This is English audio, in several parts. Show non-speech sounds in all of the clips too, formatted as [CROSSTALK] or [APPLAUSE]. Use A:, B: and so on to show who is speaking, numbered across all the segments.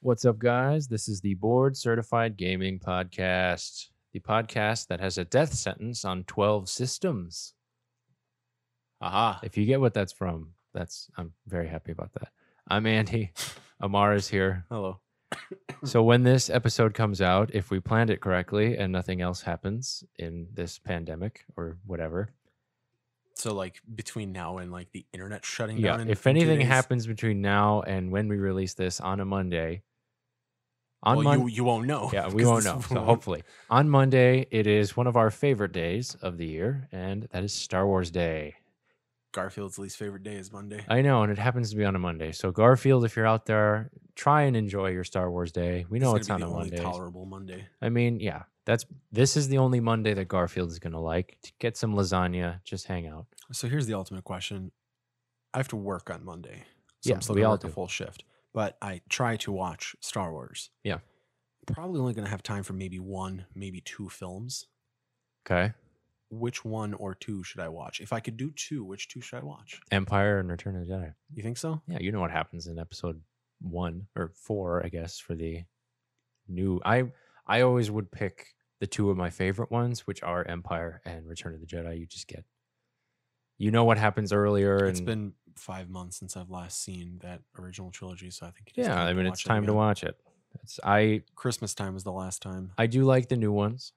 A: What's up, guys? This is the Board Certified Gaming Podcast, the podcast that has a death sentence on 12 systems.
B: Aha.
A: If you get what that's from, that's I'm very happy about that. I'm
B: [LAUGHS]
A: Andy. Amar is here.
B: Hello.
A: So when this episode comes out, if we planned it correctly and nothing else happens in this pandemic or whatever,
B: So like between now and like the internet shutting
A: yeah,
B: down. in-
A: if
B: in two
A: anything
B: days,
A: happens between now and when we release this on a Monday, on
B: well,
A: Monday,
B: you, you won't know.
A: Yeah, we
B: Oh, because
A: won't
B: this
A: know. So
B: won't-
A: hopefully on Monday, it is one of our favorite days of the year, and that is Star Wars Day.
B: Garfield's least favorite day is Monday.
A: I know, and it happens to be on a Monday. So Garfield, if you're out there, try and enjoy your Star Wars Day. We know
B: gonna
A: it's
B: be
A: on
B: the
A: a
B: only
A: Monday.
B: tolerable Monday.
A: I mean, yeah, that's this is the only Monday that Garfield is gonna like. To get some lasagna, just hang out.
B: So here's the ultimate question. I have to work on Monday. So
A: Yeah,
B: I'm still
A: we
B: gonna
A: all
B: work a
A: do.
B: full shift. But I try to watch Star Wars.
A: Yeah.
B: Probably only gonna have time for maybe one, maybe two films.
A: Okay,
B: Which one or two should I watch? If I could do two, which two should I watch?
A: Empire and Return of the Jedi.
B: You think so?
A: Yeah, you know what happens in episode one or four, I guess, for the new. I I always would pick the two of my favorite ones, which are Empire and Return of the Jedi. You just get, you know, what happens earlier. And
B: It's been five months since I've last seen that original trilogy, so I think it is
A: yeah,
B: time
A: I
B: to
A: mean, it's
B: watch it
A: time to
B: again.
A: watch it. It's I
B: Christmas time was the last time.
A: I do like the new ones,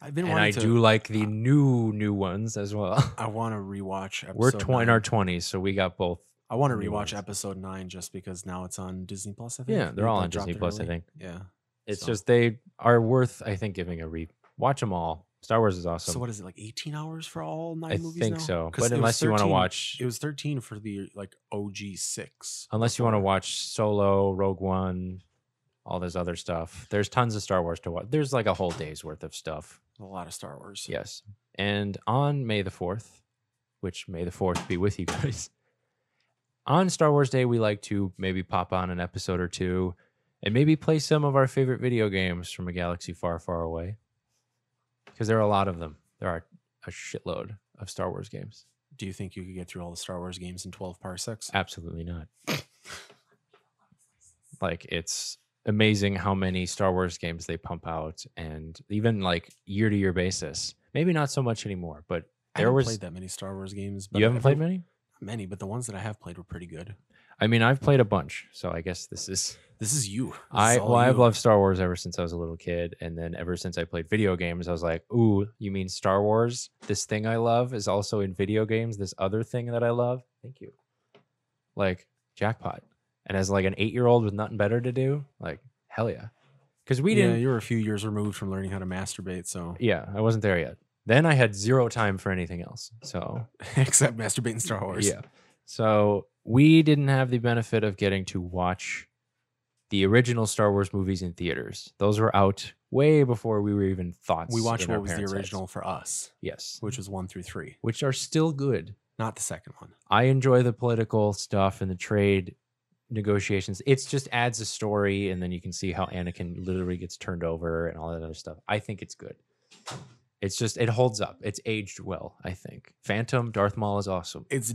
B: I've been
A: and
B: wanting
A: I
B: to.
A: do like the new new ones as well. [LAUGHS]
B: I want to rewatch. Episode
A: We're tw- in our
B: nine.
A: twenties, so we got both.
B: I want to
A: new
B: rewatch
A: ones.
B: episode nine just because now it's on Disney Plus. I think.
A: Yeah, they're
B: They-
A: all
B: they
A: on Disney
B: dropped it
A: Plus. I
B: early.
A: think
B: Yeah.
A: it's
B: So-
A: just they are worth, I think, giving a re. Watch them all. Star Wars is awesome.
B: So what is it like? Eighteen hours for all nine
A: I
B: movies?
A: think
B: now?
A: so.
B: 'Cause
A: But
B: it was
A: unless you want to
B: 13
A: watch,
B: it was thirteen for the like OG six.
A: unless you want to
B: before.
A: watch Solo, Rogue One, all this other stuff, there's tons of Star Wars to watch. There's like a whole day's worth of stuff.
B: a lot of Star Wars.
A: Yes. And on May the 4th, which may the 4th be with you guys, [LAUGHS] on Star Wars Day, we like to maybe pop on an episode or two and maybe play some of our favorite video games from a galaxy far, far away. Because there are a lot of them. There are a shitload of Star Wars games.
B: Do you think you could get through all the Star Wars games in twelve parsecs?
A: Absolutely not. like it's amazing how many Star Wars games they pump out and even like year to year basis. Maybe not so much anymore, but
B: I
A: there
B: haven't
A: was-
B: played that many Star Wars games. But
A: you haven't
B: every-
A: played many?
B: many, but the ones that I have played were pretty good.
A: I mean, I've played a bunch, so I guess this is
B: This is you. This is
A: I
B: all
A: well, I've
B: you.
A: loved Star Wars ever since I was a little kid, and then ever since I played video games, I was like, "Ooh, you mean Star Wars? This thing I love is also in video games. This other thing that I love. Thank you. Like jackpot. And as like an eight year old with nothing better to do, like hell yeah, because we
B: yeah,
A: didn't.
B: you were a few years removed from learning how to masturbate, so
A: Yeah, I wasn't there yet. Then I had zero time for anything else. So
B: [LAUGHS] except masturbating Star Wars.
A: Yeah. So we didn't have the benefit of getting to watch the original Star Wars movies in theaters. Those were out way before we were even thoughts.
B: we watched
A: in our
B: what was the
A: parents' heads.
B: original for us,
A: Yes.
B: which was one through three,
A: Which are still good.
B: not the second one.
A: I enjoy the political stuff and the trade negotiations. It just adds a story, and then you can see how Anakin literally gets turned over and all that other stuff. I think it's good. It's just it holds up. It's aged well, I think. Phantom Darth Maul is awesome.
B: It's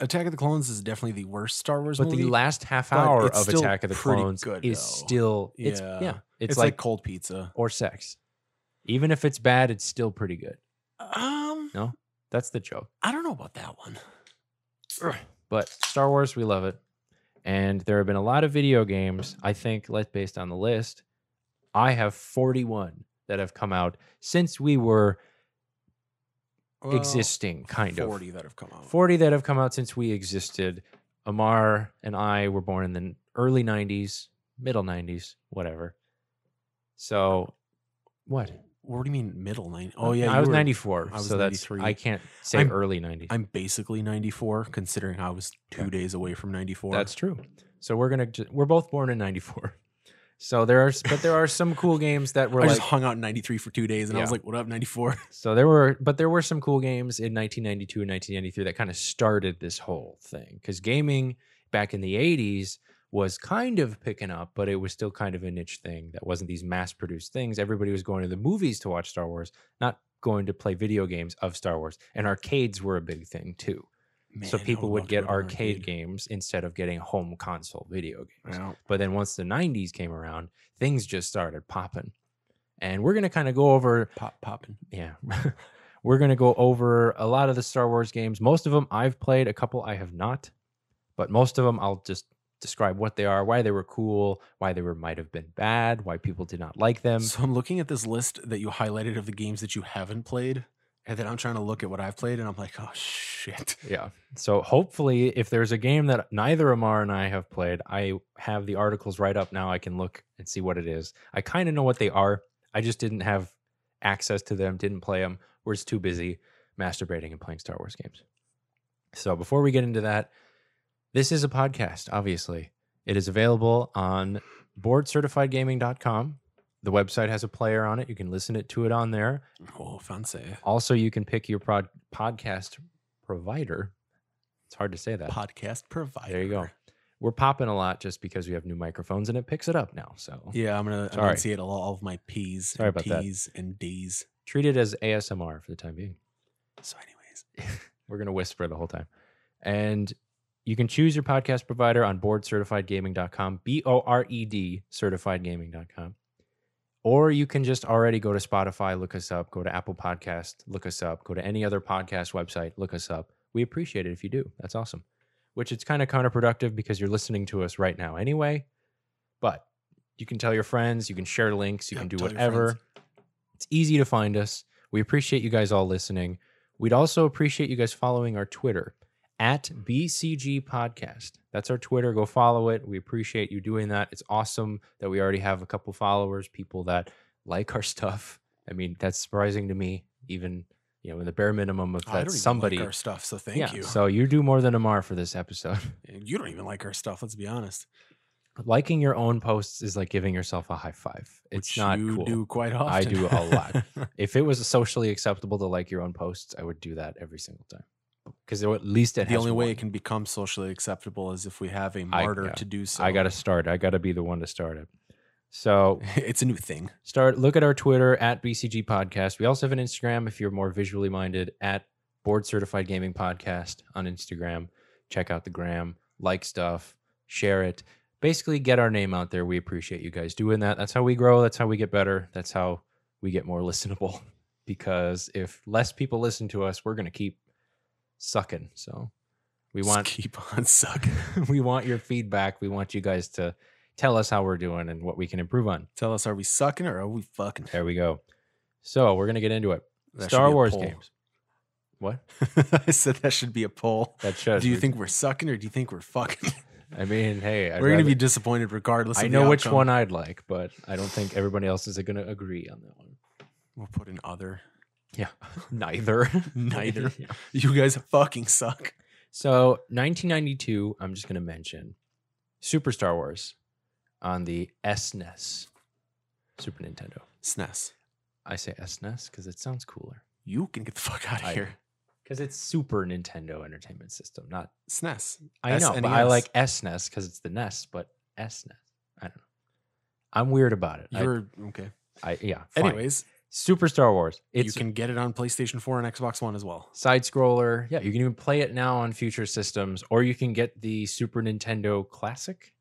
B: Attack of the Clones is definitely the worst Star Wars
A: but
B: movie.
A: the last half
B: but
A: hour
B: it's
A: of
B: still
A: Attack of the
B: pretty
A: Clones
B: good,
A: is
B: though.
A: still it's yeah,
B: Yeah.
A: it's, like,
B: cold pizza.
A: or sex. Even if it's bad, it's still pretty good.
B: Um,
A: No. That's the joke.
B: I don't know about that one.
A: But Star Wars, we love it. And there have been a lot of video games. I think, let based on the list, I have 41 that have come out since we were
B: Well,
A: existing, kind of.
B: forty that have come out.
A: 40 that have come out since we existed. Amar and I were born in the early 90s, middle 90s, whatever. So, what?
B: What do you mean middle nine? Oh yeah,
A: Uh, I
B: you
A: was
B: were-
A: 94.
B: I was
A: so that's
B: 93.
A: I can't say
B: I'm-
A: early 90s.
B: I'm basically 94, considering I was two
A: Yeah.
B: days away from 94.
A: that's true. So we're going to we're both born in 94. So there are s- but there are some cool games that were
B: I
A: like
B: just hung out in 93 for two days and I was
A: Yeah.
B: like, what up, 94?
A: so there were but there were some cool games in 1992 and 1993 that kind of started this whole thing cuz gaming back in the 80s was kind of picking up, but it was still kind of a niche thing that wasn't these mass produced things. Everybody was going to the movies to watch Star Wars, not going to play video games of Star Wars. And arcades were a big thing too. so
B: [LAUGHS] Man, I
A: people
B: would
A: would
B: love to
A: get
B: go to an
A: arcade, games instead of getting home console video games.
B: Yeah.
A: But then once the 90s came around, things just started popping. And we're going to kind of go over,
B: Pop popping.
A: yeah, [LAUGHS] we're going to go over a lot of the Star Wars games. Most of them I've played, a couple I have not, but most of them I'll just describe what they are, why they were cool, why they were might have been bad, why people did not like them.
B: So I'm looking at this list that you highlighted of the games that you haven't played, and then I'm trying to look at what I've played, and I'm like, oh shit. [LAUGHS]
A: Yeah. So hopefully, if there's a game that neither Amar and I have played, I have the articles right up now. I can look and see what it is. I kind of know what they are. I just didn't have access to them, didn't play them, was too busy masturbating and playing Star Wars games. So before we get into that, this is a podcast, obviously. It is available on boardcertifiedgaming.com. The website has a player on it. You can listen it to it on there.
B: Oh, fancy.
A: Also, you can pick your prod- podcast provider. It's hard to say that.
B: Podcast provider.
A: there you go. We're popping a lot just because we have new microphones and it picks it up now. So
B: Yeah, I'm gonna
A: Sorry.
B: enunciate all, all of my P's,
A: Sorry
B: and
A: about that.
B: T's, and D's.
A: treat it as ASMR for the time being.
B: So, anyways,
A: We're going to whisper the whole time. And you can choose your podcast provider on boardcertifiedgaming.com, B O R E D, certifiedgaming.com. Or you can just already go to Spotify, look us up, go to Apple Podcast, look us up, go to any other podcast website, look us up. We appreciate it if you do. That's awesome. Which it's kind of counterproductive because you're listening to us right now anyway. But you can tell your friends, you can share links, you
B: Yeah,
A: can do
B: tell your
A: whatever.
B: friends.
A: It's easy to find us. We appreciate you guys all listening. We'd also appreciate you guys following our Twitter at BCG Podcast. That's our Twitter. Go follow it. We appreciate you doing that. It's awesome that we already have a couple followers, people that like our [LAUGHS] stuff. I mean, that's surprising to me, even you know, in the bare minimum of
B: I don't
A: that
B: even like
A: somebody.
B: our stuff. So thank
A: yeah,
B: you.
A: So you do more than Amar for this episode. [LAUGHS]
B: And you don't even like our stuff. Let's be honest.
A: Liking your own posts is like giving yourself a high five. It's
B: which
A: not
B: you
A: cool.
B: do quite often.
A: I do a
B: [LAUGHS]
A: lot. If it was socially acceptable to like your own posts, I would do that every single time. Because at least it
B: the
A: has
B: only way
A: one.
B: it can become socially acceptable is if we have a
A: I-
B: martyr
A: yeah.
B: to do so.
A: I got to start. I got to be the one to start it. So
B: [LAUGHS] It's a new thing.
A: start. Look at our Twitter at BCG Podcast. We also have an Instagram if you're more visually minded at Board Certified Gaming Podcast on Instagram. Check out the gram, like stuff, share it. Basically, get our name out there. We appreciate you guys doing that. That's how we grow. That's how we get better. That's how we get more [LAUGHS] listenable. Because if less people listen to us, we're gonna keep sucking. So we
B: Just
A: want
B: keep on [LAUGHS] sucking.
A: [LAUGHS] we want your feedback. We want you guys to tell us how we're doing and what we can improve on.
B: Tell us, are we sucking or are we fucking?
A: There we go. So we're gonna get into it.
B: That should
A: Star
B: be a
A: Wars
B: poll.
A: games. What?
B: [LAUGHS] I said that should be a poll.
A: That should.
B: Do you think we're sucking or do you think we're fucking?
A: I mean, hey, [LAUGHS] I'd
B: we're gonna
A: rather-
B: be disappointed regardless. Of
A: I
B: the
A: know which
B: outcome.
A: one I'd like, but I don't think everybody else is gonna agree on that one.
B: We'll put in
A: [LAUGHS]
B: other.
A: Yeah, [LAUGHS] neither.
B: [LAUGHS] Neither.
A: Yeah.
B: You guys fucking suck.
A: So 1992. I'm just gonna mention Super Star Wars on the SNES, Super Nintendo.
B: SNES.
A: I say SNES because it sounds cooler.
B: You can get the fuck out of
A: I-
B: here.
A: Because it's Super Nintendo Entertainment System, not
B: SNES.
A: I know, but I
B: SNES.
A: like SNES because it's the NES, but SNES. I don't know. I'm weird about it. I-
B: You're okay.
A: I, yeah. fine.
B: Anyways,
A: Super Star Wars. It's
B: you can get it on PlayStation 4 and Xbox One as well.
A: side scroller. Yeah, you can even play it now on future systems, or you can get the Super Nintendo Classic.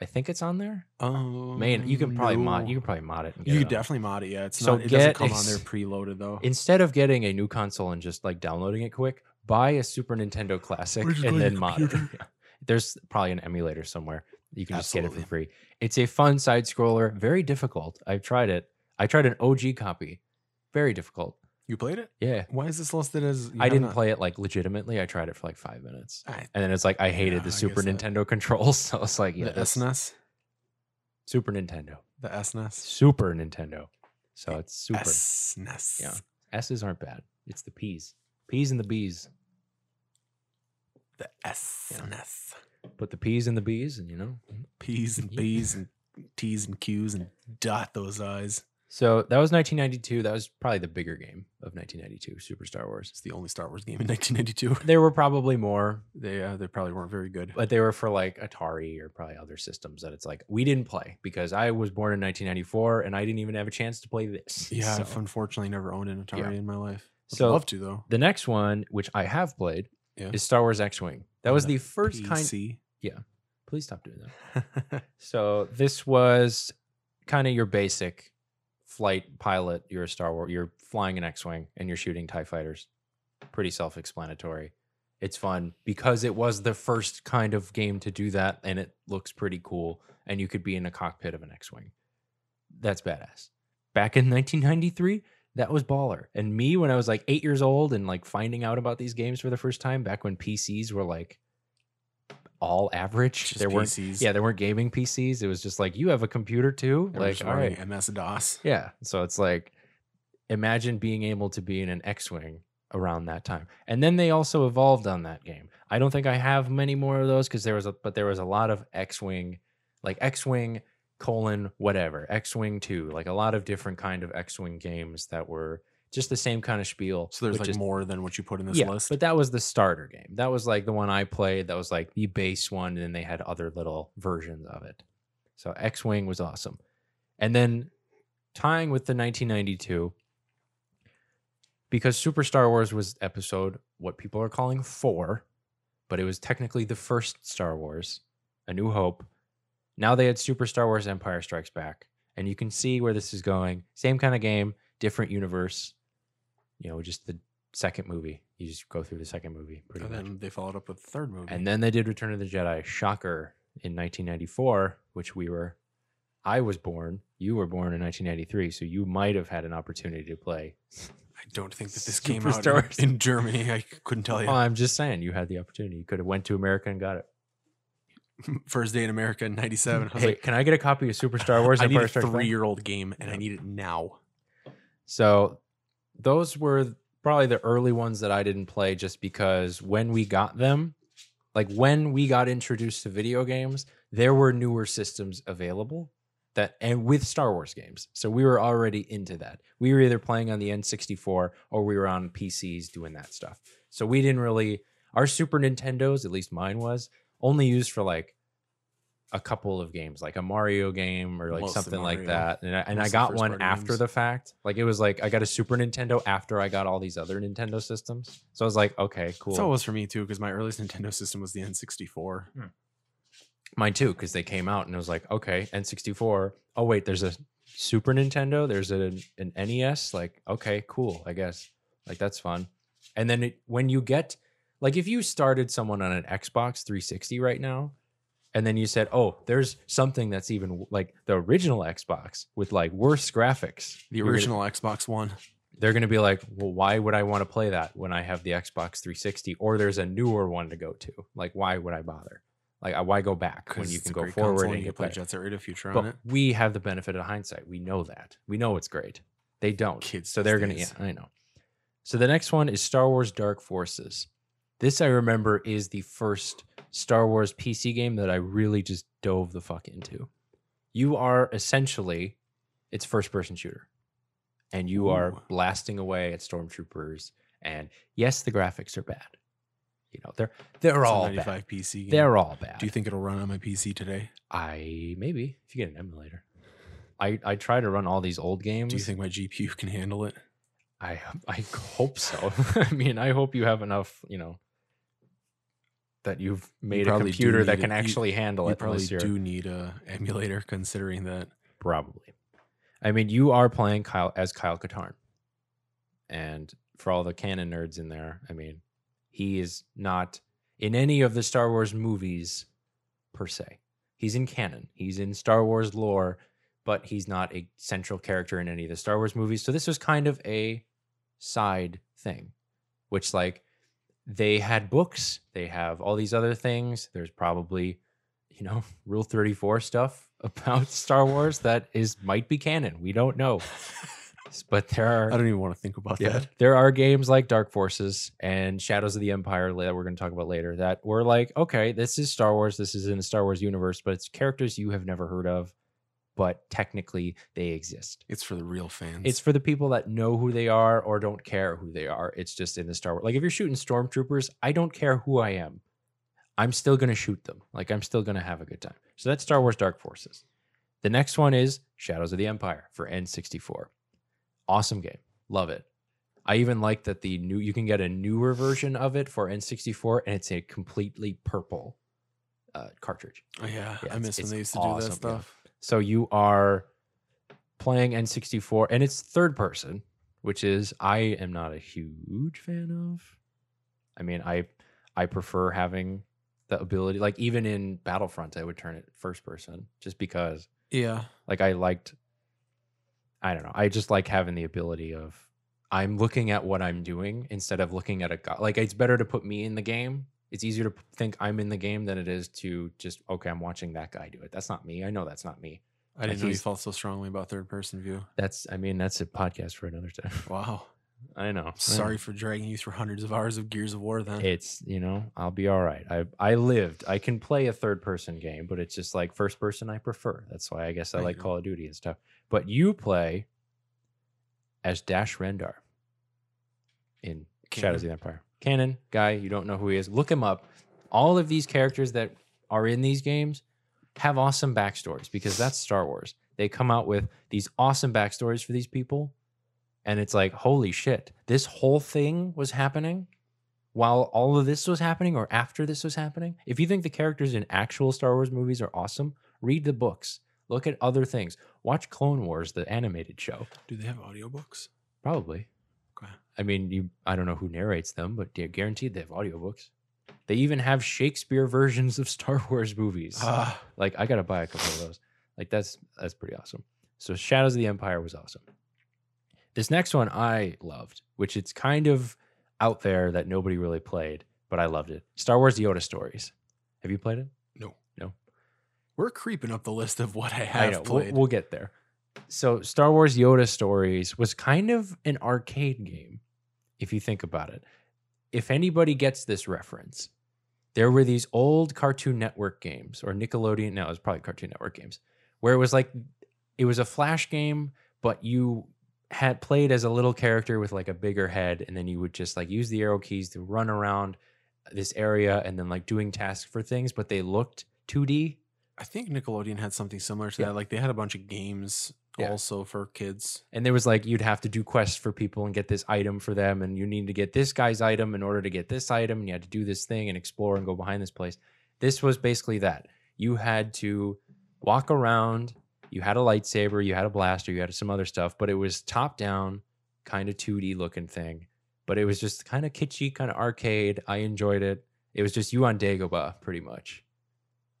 A: I think it's on there.
B: Oh,
A: Man, you can probably mod. You can probably mod it. and get
B: You
A: it
B: could
A: on.
B: definitely mod it. Yeah, it's
A: So
B: not. It doesn't
A: get
B: come
A: a
B: on there
A: s-
B: preloaded though.
A: Instead of getting a new console and just like downloading it quick, buy a Super Nintendo Classic
B: Or just go
A: and
B: to
A: then
B: your
A: mod it.
B: computer.
A: Yeah. [LAUGHS] There's probably an emulator somewhere. You can just get it for
B: Absolutely.
A: free. It's a fun side scroller, very difficult. I've tried it. I tried an OG copy. Very difficult.
B: you played it?
A: Yeah.
B: Why is this listed as? you
A: I
B: have
A: didn't
B: not-
A: play it like legitimately. I tried it for like five minutes.
B: I-
A: And then it's like I hated
B: Yeah, I
A: the Super
B: guess that-
A: Nintendo controls. [LAUGHS] So it's like, yeah,
B: the
A: that's
B: SNES.
A: Super Nintendo.
B: The E SNES.
A: Super Nintendo. So it's super.
B: SNES.
A: Yeah. S's aren't bad. It's the P's. P's and the B's.
B: The E SNES.
A: Put the P's in the B's and you know,
B: P's and
A: Yeah.
B: B's and T's and Q's and dot those I's.
A: So that was 1992. That was probably the bigger game of 1992, Super Star Wars.
B: It's the only Star Wars game in [LAUGHS] 1992.
A: There were probably more,
B: They uh, they probably weren't very good.
A: but they were for like Atari or probably other systems that it's like we didn't play because I was born in 1994 and I didn't even have a chance to play this.
B: yeah, I've
A: So-
B: unfortunately never owned an Atari
A: Yeah.
B: in my life. I'd
A: So-
B: love to though.
A: the next one, which I have played,
B: Yeah.
A: is Star Wars X Wing. That
B: On
A: was
B: the
A: the first kind.
B: PC.
A: Please stop doing that.
B: [LAUGHS]
A: So this was kind of your basic flight pilot. You're a Star Wars. You're flying an X-wing and you're shooting Tie fighters. Pretty self-explanatory. It's fun because it was the first kind of game to do that, and it looks pretty cool. And you could be in a cockpit of an X-wing. That's badass. Back in 1993, that was baller. And me, when I was like eight years old and like finding out about these games for the first time, back when PCs were like all average,
B: Just
A: there weren't
B: PCs.
A: yeah, there weren't gaming PCs. It was just like you have a computer too.
B: They were
A: like,
B: just
A: all
B: running
A: right,
B: MS DOS.
A: yeah. So it's like, imagine being able to be in an X-wing around that time. And then they also evolved on that game. I don't think I have many more of those because there was, a, but there was a lot of X-wing, like X-wing colon whatever, X-wing two, like a lot of different kind of X-wing games that were just the same kind of spiel.
B: So there's
A: with
B: like
A: just
B: more than what you put in this list.
A: but that was the starter game. That was like the one I played. That was like the base one, and then they had other little versions of it. So X Wing was awesome. And then tying with the 1992, because Super Star Wars was episode what people are calling four, but it was technically the first Star Wars, A New Hope. Now they had Super Star Wars Empire Strikes Back, and you can see where this is going. Same kind of game, different universe. You know, just the second movie. You just go through the second movie pretty
B: and
A: much.
B: then they followed up with the third movie.
A: And then they did Return of the Jedi, shocker, in 1994, which we were, I was born, you were born in 1993, so you might have had an opportunity to play.
B: I don't think that this came out
A: Super
B: in,
A: Stars.
B: in Germany. I couldn't tell
A: Well,
B: you.
A: Oh, I'm just saying, you had the opportunity. You could have went to America and got it.
B: [LAUGHS] First day in America in '97. I was
A: hey,
B: like,
A: can I get a copy of
B: [LAUGHS]
A: Super Star Wars?
B: I need
A: Empire
B: a
A: Strikes Back?
B: three-year-old game, and I
A: Yeah.
B: need it now.
A: So those were probably the early ones that I didn't play just because when we got them, like when we got introduced to video games, there were newer systems available that and with Star Wars games. So we were already into that. We were either playing on the N64 or we were on PCs doing that stuff. So we didn't really our Super Nintendos, at least mine was, only used for like a couple of games, like a Mario game or like
B: Mostly
A: something like
B: Mario.
A: that. And I, and I
B: Mostly
A: got
B: first
A: one
B: party
A: after
B: games.
A: the fact. Like it was like I got a Super Nintendo after I got all these other Nintendo systems. So I was like, okay, cool.
B: So it was for me too, because my earliest Nintendo system was the N64.
A: Mine too, because they came out and it was like, okay, N64. Oh wait, there's a Super Nintendo. There's a, an NES. Like, okay, cool. I guess like that's fun. And then it, when you get like if you started someone on an Xbox 360 right now, and then you said, oh, there's something that's even w- like the original Xbox with like worse graphics.
B: The
A: you're gonna-
B: original Xbox One.
A: they're going to be like, well, why would I want to play that when I have the Xbox 360 or there's a newer one to go to? Like, why would I bother? Like, I- why go back when
B: 'cause
A: you
B: it's
A: can
B: a
A: go
B: great console
A: forward and
B: you
A: you
B: can play
A: play?
B: Jet Set Radio Future on
A: But
B: it.
A: we have the benefit of hindsight. We know that. We know it's great. They don't.
B: Kids
A: so
B: these
A: they're going to, yeah,
B: days.
A: I know. So the next one is Star Wars Dark Forces. This I remember is the first Star Wars PC game that I really just dove the fuck into. You are essentially, it's first person shooter. And you
B: Ooh.
A: are blasting away at stormtroopers. And yes, the graphics are bad. You know, they're they're
B: It's a
A: all
B: 95
A: bad.
B: PC. Game.
A: They're all bad.
B: Do you think it'll run on my PC today?
A: I maybe if you get an emulator. I I try to run all these old games.
B: Do you think my GPU can handle it?
A: I [LAUGHS] I hope so. [LAUGHS] I mean, I hope you have enough. You know, that you've made a
B: probably do
A: computer that
B: need
A: can
B: it. You-
A: actually handle
B: You
A: it. unless
B: probably
A: you're-
B: do need a emulator,
A: [LAUGHS]
B: considering that
A: Probably. I mean, you are playing Kyle as Kyle Katarn, and for all the canon nerds in there, I mean, he is not in any of the Star Wars movies per se. He's in canon. He's in Star Wars lore, but he's not a central character in any of the Star Wars movies. So this was kind of a side thing, which like they had books, they have all these other things. There's probably, you know, [LAUGHS] Rule 34 stuff [LAUGHS] about Star Wars that is might be canon. We don't know. But there
B: I
A: are
B: don't even want to think about
A: yeah.
B: that.
A: There are games like Dark Forces and Shadows of the Empire that we're going to talk about later that were like, okay, this is Star Wars. This is in the Star Wars universe, but it's characters you have never heard of, but technically they exist.
B: It's for the real fans.
A: It's for the people that know who they are or don't care who they are. It's just in the Star Wars. Like if you're shooting stormtroopers, I don't care who I am. I'm still going to shoot them. Like I'm still going to have a good time. So that's Star Wars Dark Forces. The next one is Shadows of the Empire for N64. Awesome game. Love it. I even like that the new you can get a newer version of it for N64, and it's a completely purple uh, cartridge.
B: Oh, yeah,
A: Yeah,
B: I
A: it's-
B: miss when
A: it's
B: they used to do
A: awesome,
B: that
A: yeah.
B: stuff.
A: So you are playing N64, and it's third person, which is I am not a huge fan of. I mean, I I prefer having the ability, like even in Battlefront, I would turn it first person just because
B: Yeah,
A: like I liked I don't know. I just like having the ability of I'm looking at what I'm doing instead of looking at a guy. Like it's better to put me in the game. It's easier to p- think I'm in the game than it is to just okay, I'm watching that guy do it. That's not me. I know that's not me.
B: I didn't know you
A: he's-
B: felt so strongly about third person view.
A: That's I mean, that's a podcast for another time. [LAUGHS]
B: Wow,
A: I know. I know.
B: sorry for dragging you through hundreds of hours of Gears of War. Then
A: It's, you know, I'll be all right. I I lived. I can play a third person game, but it's just like first person I prefer. That's why I guess I
B: I
A: like
B: know.
A: Call of Duty and stuff. But you play as Dash Rendar in Shadows of the Empire. Canon guy, you don't know who he is. Look him up. All of these characters that are in these games have awesome backstories because that's Star Wars. They come out with these awesome backstories for these people. And it's like, holy shit, this whole thing was happening while all of this was happening or after this was happening. If you think the characters in actual Star Wars movies are awesome, read the books, look at other things, watch Clone Wars, the animated show.
B: do they have audiobooks?
A: Probably.
B: Okay.
A: I mean, you I don't know who narrates them, but they're guaranteed they have audiobooks. They even have Shakespeare [LAUGHS] versions of Star Wars movies.
B: Ah,
A: like I gotta buy a couple of those. Like that's that's pretty awesome. So Shadows of the Empire was awesome. This next one I loved, which it's kind of out there that nobody really played, but I loved it. Star Wars The Yoda Stories. Have you played it?
B: we're creeping up the list of what I
A: I
B: have
A: know. We'll,
B: played.
A: we'll get there. So, Star Wars Yoda Stories was kind of an arcade game, if you think about it. If anybody gets this reference, there were these old Cartoon Network games or Nickelodeon. No, it was probably Cartoon Network games, where it was like it was a flash game, but you had played as a little character with like a bigger head, and then you would just like use the arrow keys to run around this area and then like doing tasks for things, but they looked 2D.
B: I think Nickelodeon had something similar to
A: Yeah.
B: that. Like they had a bunch of games
A: Yeah.
B: also for kids.
A: and there was like you'd have to do quests for people and get this item for them and you need to get this guy's item in order to get this item and you had to do this thing and explore and go behind this place this was basically that you had to walk around you had a lightsaber you had a blaster you had some other stuff but it was top down kind of 2d looking thing but it was just kind of kitschy kind of arcade i enjoyed it it was just you on dagobah pretty much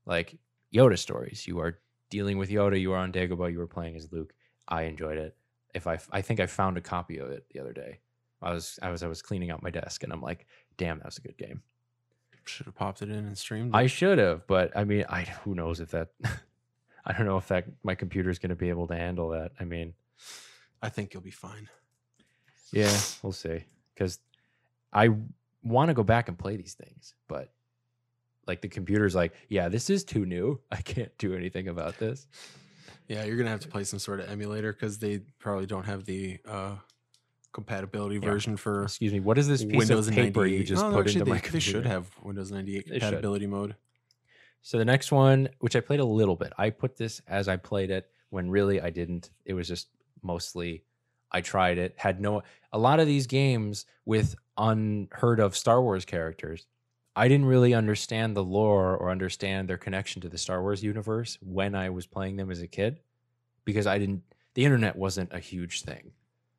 A: like yoda stories you are dealing with yoda you are on dagobah you were playing as luke i enjoyed it if I I think I found a copy of it the other day. I was I was I was cleaning out my desk and I'm like, damn, that was a good game.
B: Should have popped it in and streamed.
A: I
B: it.
A: should have, but I mean, I who knows if that [LAUGHS] I don't know if that my computer's going to be able to handle that. I mean,
B: I think you'll be fine.
A: yeah, we'll see cuz I want to go back and play these things, but like the computer's like, yeah, this is too new. I can't do anything about this.
B: Yeah, you're gonna have to play some sort of emulator because they probably don't have the uh, compatibility
A: Yeah.
B: version for
A: Excuse me. What is this piece
B: Windows
A: of
B: and
A: paper
B: 98.
A: you just
B: No, no,
A: put
B: actually,
A: into
B: they,
A: my
B: They
A: computer?
B: should have Windows 98
A: They should.
B: compatibility mode.
A: So the next one, which I played a little bit, I put this as I played it when really I didn't. It was just mostly I tried it, had no a lot of these games with unheard of Star Wars characters. I didn't really understand the lore or understand their connection to the Star Wars universe when I was playing them as a kid because I didn't the internet wasn't a huge thing.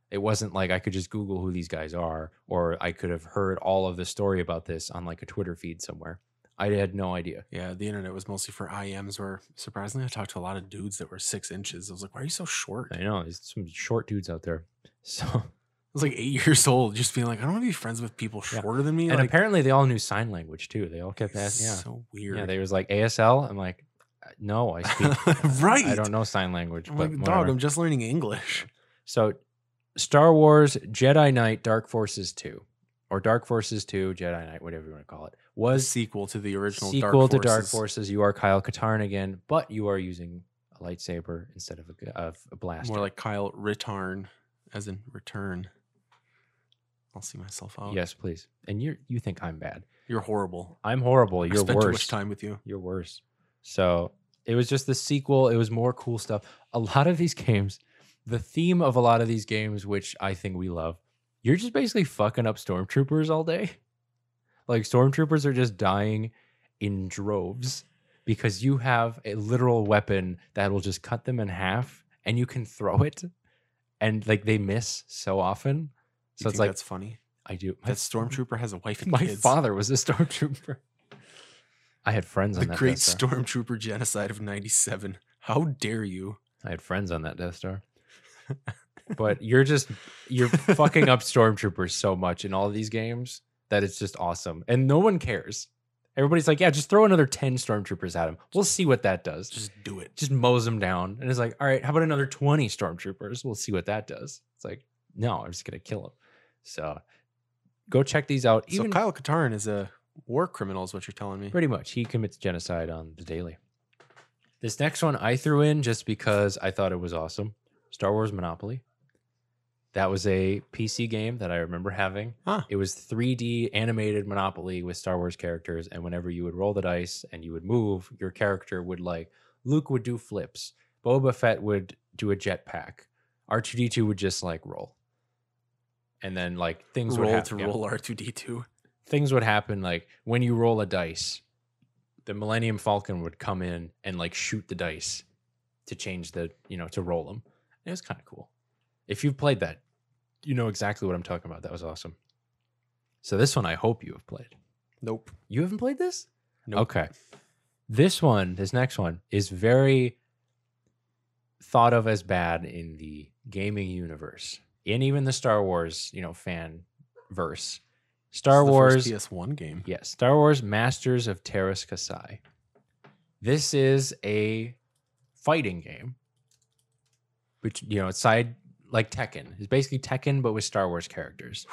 A: It wasn't like I could just Google who these guys are or I could have heard all of the story about this on like a Twitter feed somewhere. I had no idea.
B: Yeah, the internet was mostly for IMs. Where surprisingly, I talked to a lot of dudes that were six inches. I was like, "Why are you so short?"
A: I
B: I
A: know there's some short dudes out there. [LAUGHS] So
B: was like eight [LAUGHS] years old, just being like, "I don't want to be friends with people
A: Yeah.
B: shorter than me."
A: and
B: like,
A: apparently they all knew sign language too. They all kept
B: it's
A: asking, yeah,
B: so weird.
A: yeah. They was like ASL. I'm like, "Uh, no,
B: [LAUGHS]
A: I speak.
B: right.
A: I don't know sign language.
B: I'm
A: but
B: like,
A: whatever."
B: dog, I'm just
A: [LAUGHS]
B: learning English.
A: So, Star Wars Jedi Knight Dark Forces two, or Dark Forces two Jedi Knight, whatever you want to call it,
B: The
A: was
B: sequel to the original Dark
A: sequel to Dark
B: Forces.
A: Forces. You are Kyle Katarn again, but you are using a lightsaber instead of a, gu- of a blaster.
B: More like Kyle Retarn, as in return. I'll see myself out.
A: yes, please. And you you think I'm bad?
B: you're horrible.
A: I'm horrible.
B: I
A: You're
B: spent
A: worse.
B: too much time with you.
A: You're worse. So it was just the sequel. It was more cool stuff. A lot of these games, the theme of a lot of these games, which I think we love, you're just basically fucking up stormtroopers all day. Like stormtroopers are just dying in droves because you have a literal weapon that will just cut them in half and you can throw it and like they miss so often.
B: You
A: So it's
B: think
A: like
B: that's funny.
A: I do my,
B: That stormtrooper has a wife
A: [LAUGHS]
B: and
A: my
B: kids.
A: father was a stormtrooper. I had friends on
B: the
A: that
B: great
A: Death Star.
B: stormtrooper genocide of '97. How dare you?
A: I had friends on that Death Star. but you're just you're fucking up stormtroopers so much in all of these games that it's just awesome. And no one cares. Everybody's like, yeah, just throw another 10 stormtroopers at him. We'll see what that does. Just
B: Just do it.
A: just mows them down. And it's like, all right, how about another 20 stormtroopers? We'll see what that does. It's like, no, I'm just gonna kill him. So go check these out. Even
B: so Kyle Katarn is a war criminal, is what you're telling me.
A: Pretty much. He commits genocide on the daily. This next one I threw in just because I thought it was awesome Star Wars Monopoly. That was a PC game that I remember having.
B: Huh.
A: It was 3D animated Monopoly with Star Wars characters. And whenever you would roll the dice and you would move, your character would like Luke would do flips, Boba Fett would do a jetpack, R2D2 would just like roll. And then like things would
B: Roll
A: happen.
B: to
A: yeah
B: roll R2D2.
A: things would happen like when you roll a dice the millennium falcon would come in and like shoot the dice to change the you know to roll them it was kind of cool if you've played that you know exactly what i'm talking about that was awesome so this one i hope you have played
B: Nope.
A: you haven't played this
B: Nope.
A: okay this one this next one is very thought of as bad in the gaming universe and even the star wars you know fan verse star
B: This
A: wars
B: is the first PS1 game.
A: Yes, Star Wars Masters of Terras Kasai. This is a fighting game. Which you know, it's side like Tekken. It's basically Tekken but with Star Wars characters.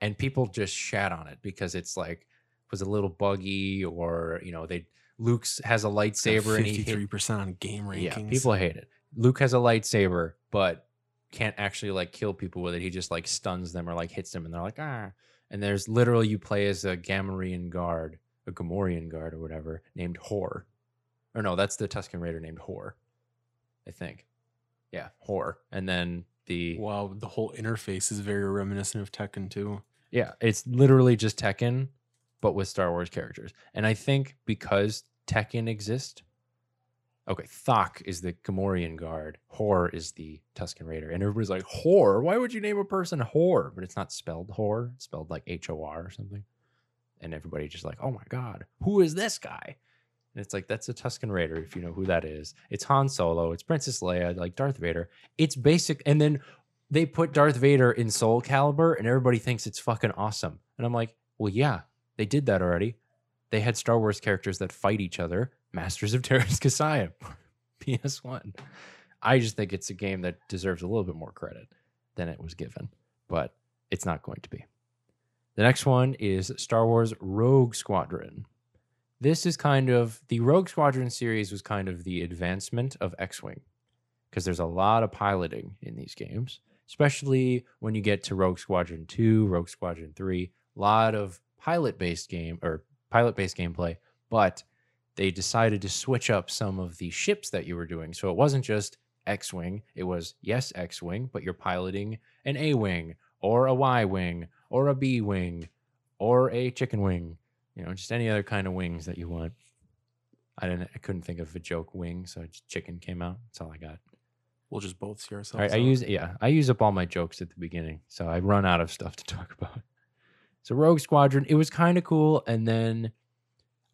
A: And people just shat on it because it's like was a little buggy or, you know, they Luke's has a lightsaber and he hit-
B: 53% on game rankings.
A: yeah, people hate it. Luke has a lightsaber, but can't actually like kill people with it. He just like stuns them or like hits them, and they're like ah. And there's literally you play as a Gamorrean guard, a Gamorrean guard or whatever, named Hor. Or no, that's the Tuscan Raider named Hor, I think. Yeah, Hor. And then the
B: Wow, the whole interface is very reminiscent of Tekken 2.
A: Yeah, it's literally just Tekken, but with Star Wars characters. And I think because Tekken exists, okay, Thok is the Gamorrean guard, Hor is the Tuscan Raider, and everybody's like, Hor? Why would you name a person Hor? But it's not spelled Hor, it's spelled like H O R or something. And everybody just like, oh my god, who is this guy? And it's like that's a Tuscan Raider if you know who that is. It's Han Solo, it's Princess Leia, like Darth Vader. It's basic, and then they put Darth Vader in Soul Calibur and everybody thinks it's fucking awesome. And I'm like, well, yeah, they did that already. They had Star Wars characters that fight each other, Masters of [LAUGHS] Terras Kasai, PS1. I just think it's a game that deserves a little bit more credit than it was given, but it's not going to be. The next one is Star Wars Rogue Squadron. This is kind of the Rogue Squadron series was kind of the advancement of X Wing because there's a lot of piloting in these games especially when you get to Rogue Squadron 2, Rogue Squadron 3, a lot of pilot based game or pilot based gameplay, but they decided to switch up some of the ships that you were doing. So it wasn't just X Wing, it was, yes, X Wing, but you're piloting an A Wing or a Y Wing or a B Wing or a chicken wing, you know, just any other kind of wings that you want. I didn't, I couldn't think of a joke wing, so just chicken came out. That's all I got.
B: We'll just both see ourselves.
A: All right, I
B: out.
A: use yeah, I use up all my jokes at the beginning, so I run out of stuff to [LAUGHS] talk about. So Rogue Squadron, it was kind of cool, and then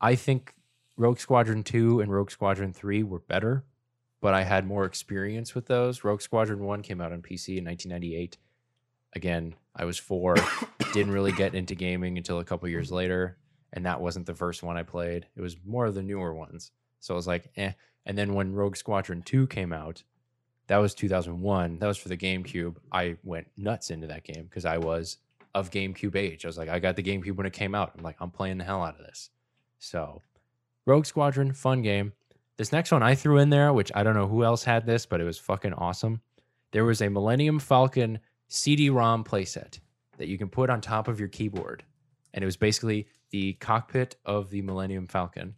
A: I think Rogue Squadron two and Rogue Squadron three were better, but I had more experience with those. Rogue Squadron one came out on PC in 1998. Again, I was four, didn't really get into gaming until a couple years later, and that wasn't the first one I played. It was more of the newer ones, so I was like, eh. And then when Rogue Squadron two came out, that was 2001 that was for the gamecube i went nuts into that game because i was of gamecube age i was like i got the gamecube when it came out i'm like i'm playing the hell out of this so rogue squadron fun game this next one i threw in there which i don't know who else had this but it was fucking awesome there was a millennium falcon cd-rom playset that you can put on top of your keyboard and it was basically the cockpit of the millennium falcon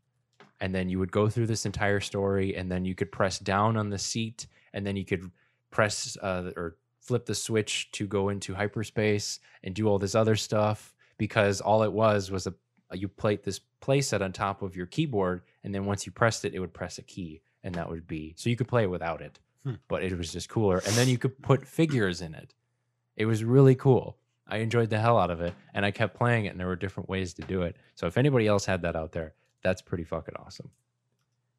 A: and then you would go through this entire story and then you could press down on the seat and then you could press uh, or flip the switch to go into hyperspace and do all this other stuff because all it was was a uh, you played this playset on top of your keyboard, and then once you pressed it, it would press a key, and that would be so you could play it without it,
B: Hmm.
A: but it was just cooler. And then you could put figures in it. It was really cool. I enjoyed the hell out of it, and I kept playing it, and there were different ways to do it. So if anybody else had that out there, that's pretty fucking awesome.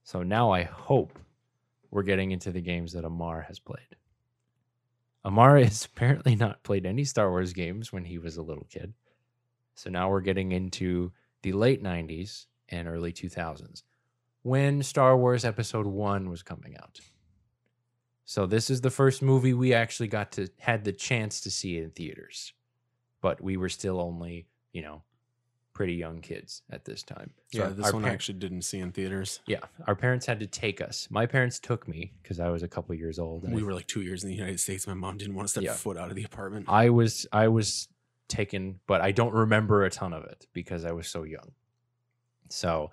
A: So now I hope we're getting into the games that Amar has played. Amar [LAUGHS] has apparently not played any Star Wars games when he was a little kid. So now we're getting into the late 90s and early 2000s when Star Wars Episode 1 was coming out. So this is the first movie we actually got to had the chance to see in theaters. But we were still only, you know, pretty young kids at this time. So
B: Yeah, this
A: our
B: one I
A: par-
B: actually didn't see in theaters.
A: yeah, our parents had to take us. My parents took me because I was a couple years old. and I
B: We were like two years in the United States. My mom didn't want to step
A: Yeah.
B: foot out of the apartment.
A: I was I was taken, but I don't remember a ton of it because I was so young. So,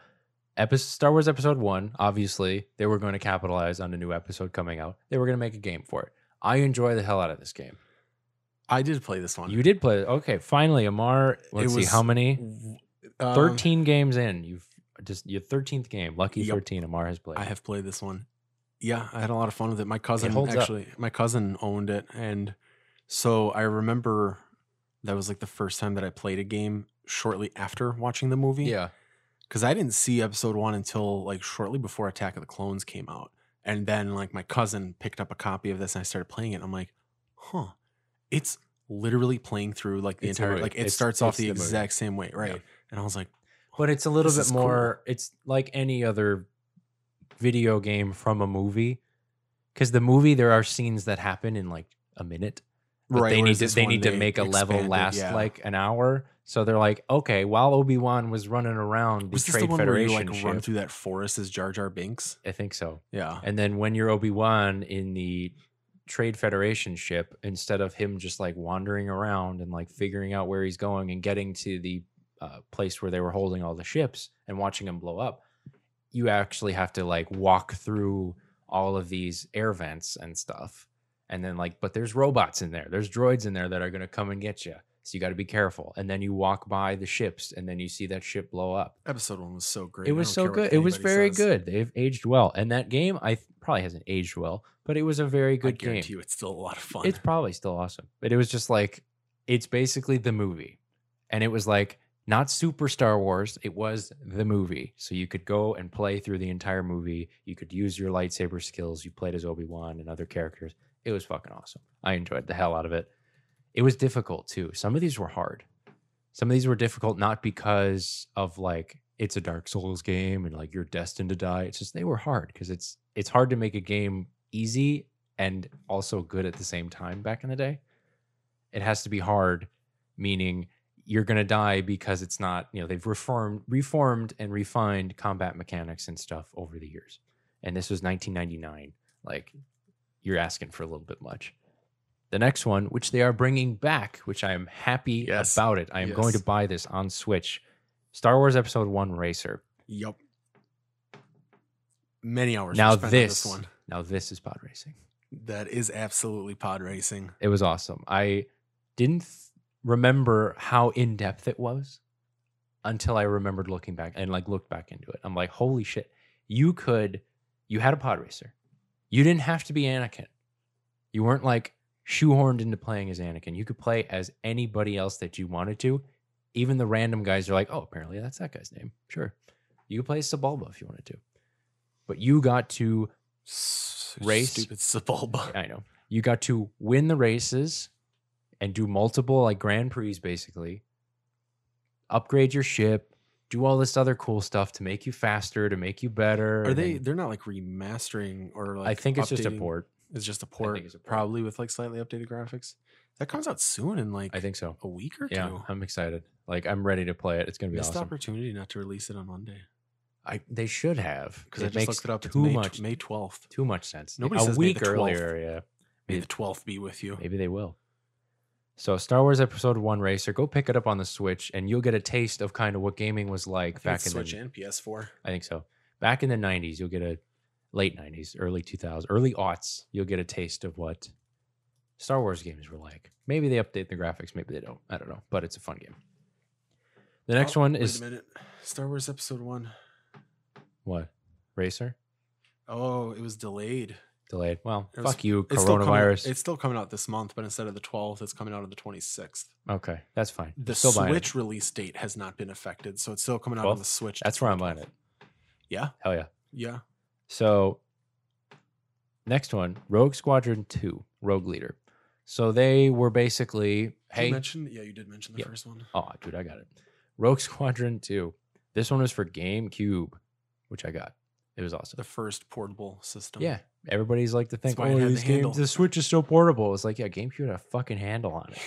A: episode, Star Wars Episode One, obviously, they were going to capitalize on a new episode coming out. They were going to make a game for it. I enjoy the hell out of this game.
B: I did play this one.
A: You did play, okay? Finally, Amar. Let's see
B: was
A: how many.
B: W- um,
A: Thirteen games in. You've just your thirteenth game. Lucky
B: Yep.
A: thirteen. Amar has played.
B: I have played this one. Yeah, I had a lot of fun with it. My cousin
A: holds up.
B: actually, my cousin owned it, and so I remember that was like the first time that I played a game shortly after watching the movie.
A: yeah,
B: because I didn't see episode one until like shortly before Attack of the Clones came out, and then like my cousin picked up a copy of this and I started playing it. I'm like, huh, it's literally playing through like the
A: It's a
B: entire
A: movie.
B: like it
A: It's-
B: starts off
A: it's
B: the,
A: the movie.
B: exact same way, right?
A: Yeah.
B: And I was like,
A: but it's a little
B: This
A: bit
B: is cool.
A: more it's like any other video game from a movie because the movie there are scenes that happen in like a minute but
B: right,
A: they need
B: whereas
A: to
B: this
A: they
B: one,
A: need to make a level
B: expanded,
A: last
B: yeah.
A: like an hour so they're like okay while obi-wan was running around the
B: Was this
A: trade
B: the one where you
A: federation
B: like run
A: ship-
B: through that forest as Jar Jar Binks?
A: i think so
B: Yeah,
A: and then when you're obi-wan in the trade federation ship instead of him just like wandering around and like figuring out where he's going and getting to the uh, place where they were holding all the ships and watching them blow up you actually have to like walk through all of these air vents and stuff and then like but there's robots in there there's droids in there that are going to come and get you so you got to be careful and then you walk by the ships and then you see that ship blow up
B: episode one was so great.
A: it
B: I
A: was
B: don't
A: so
B: care what
A: good. It was
B: anybody
A: very
B: says.
A: good. They've aged well, and that game I th- probably hasn't aged well, but it was a very
B: I
A: good game.
B: guarantee you, it's still a lot of fun.
A: It's probably still awesome, but it was just like it's basically the movie, and it was like not super Star Wars. It was the movie, so you could go and play through the entire movie. You could use your lightsaber skills. You played as Obi Wan and other characters. It was fucking awesome. I enjoyed the hell out of it. It was difficult too. Some of these were hard. Some of these were difficult not because of like it's a Dark Souls game and like you're destined to die. It's just they were hard because it's it's hard to make a game easy and also good at the same time back in the day. It has to be hard, meaning you're going to die because it's not, you know, they've reformed reformed and refined combat mechanics and stuff over the years. And this was 1999. Like you're asking for a little bit much. The next one, which they are bringing back, which I am happy
B: Yes.
A: about it. I am going to
B: Yes.
A: buy this on Switch. Star Wars Episode 1 Racer.
B: Yep. Many hours were
A: Now
B: spent on
A: this-
B: this one.
A: Now this is pod racing.
B: That is absolutely pod racing.
A: It was awesome. I didn't th- remember how in depth it was until I remembered looking back and like looked back into it. I'm like, holy shit, you could, you had a pod racer. You didn't have to be Anakin. You weren't like shoehorned into playing as Anakin. You could play as anybody else that you wanted to. Even the random guys are like, oh, apparently that's that guy's name. Sure. You could play as Sebulba if you wanted to. But you got to
B: S-
A: Race.
B: Stupid Sebulba.
A: I know. You got to win the races and do multiple like grand prix basically. Upgrade your ship, do all this other cool stuff to make you faster, to make you better.
B: Are
A: and
B: they?
A: then-
B: They're not like remastering or like.
A: I think it's just a
B: updating-
A: port.
B: It's just a
A: think
B: port,
A: it's a port.
B: probably with like slightly updated graphics. That comes out soon in like
A: I think so.
B: a week or
A: Yeah,
B: two.
A: I'm excited. Like I'm ready to play it. It's going to be
B: Missed
A: awesome.
B: opportunity not to release it on Monday
A: I, they should have
B: because I just looked it up. It's
A: too
B: May, tw-
A: much
B: May twelfth.
A: too much sense.
B: Nobody
A: a
B: says May
A: week
B: the 12th.
A: earlier, yeah.
B: May
A: May-
B: the twelfth be with you.
A: Maybe they will. So Star Wars Episode 1 Racer, go pick it up on the Switch and you'll get a taste of kind of what gaming was like
B: I think
A: back
B: it's
A: in the
B: Switch and PS4.
A: I think so. Back in the 90s, you'll get a late 90s, early 2000s, early aughts, you'll get a taste of what Star Wars games were like. Maybe they update the graphics, maybe they don't. I don't know, but it's a fun game. The next
B: Oh,
A: one
B: wait
A: is
B: a minute. Star Wars Episode One.
A: what? Racer?
B: Oh, it was delayed.
A: Delayed. Well,
B: It was-
A: fuck you,
B: It's still coming-
A: coronavirus.
B: it's still coming out this month, but instead of the 12th, it's coming out on the 26th.
A: okay, that's fine.
B: The
A: Still buying it.
B: Switch release date has not been affected, so it's still coming out on
A: 12th?
B: the Switch.
A: That's where I'm buying it.
B: Yeah,
A: Hell yeah.
B: yeah.
A: So, next one, Rogue Squadron 2, Rogue Leader. So they were basically,
B: Did you
A: hey,
B: mention? Yeah, you did mention the
A: Yeah.
B: first one.
A: oh, dude, I got it. Rogue [LAUGHS] Squadron 2. This one was for GameCube, which I got. It was awesome.
B: The first portable system.
A: Yeah. Everybody's like to think,
B: why it
A: oh,
B: had the
A: these
B: handle."
A: games, the Switch is so portable. It's like, yeah, GameCube had a fucking handle on
B: [LAUGHS]
A: it.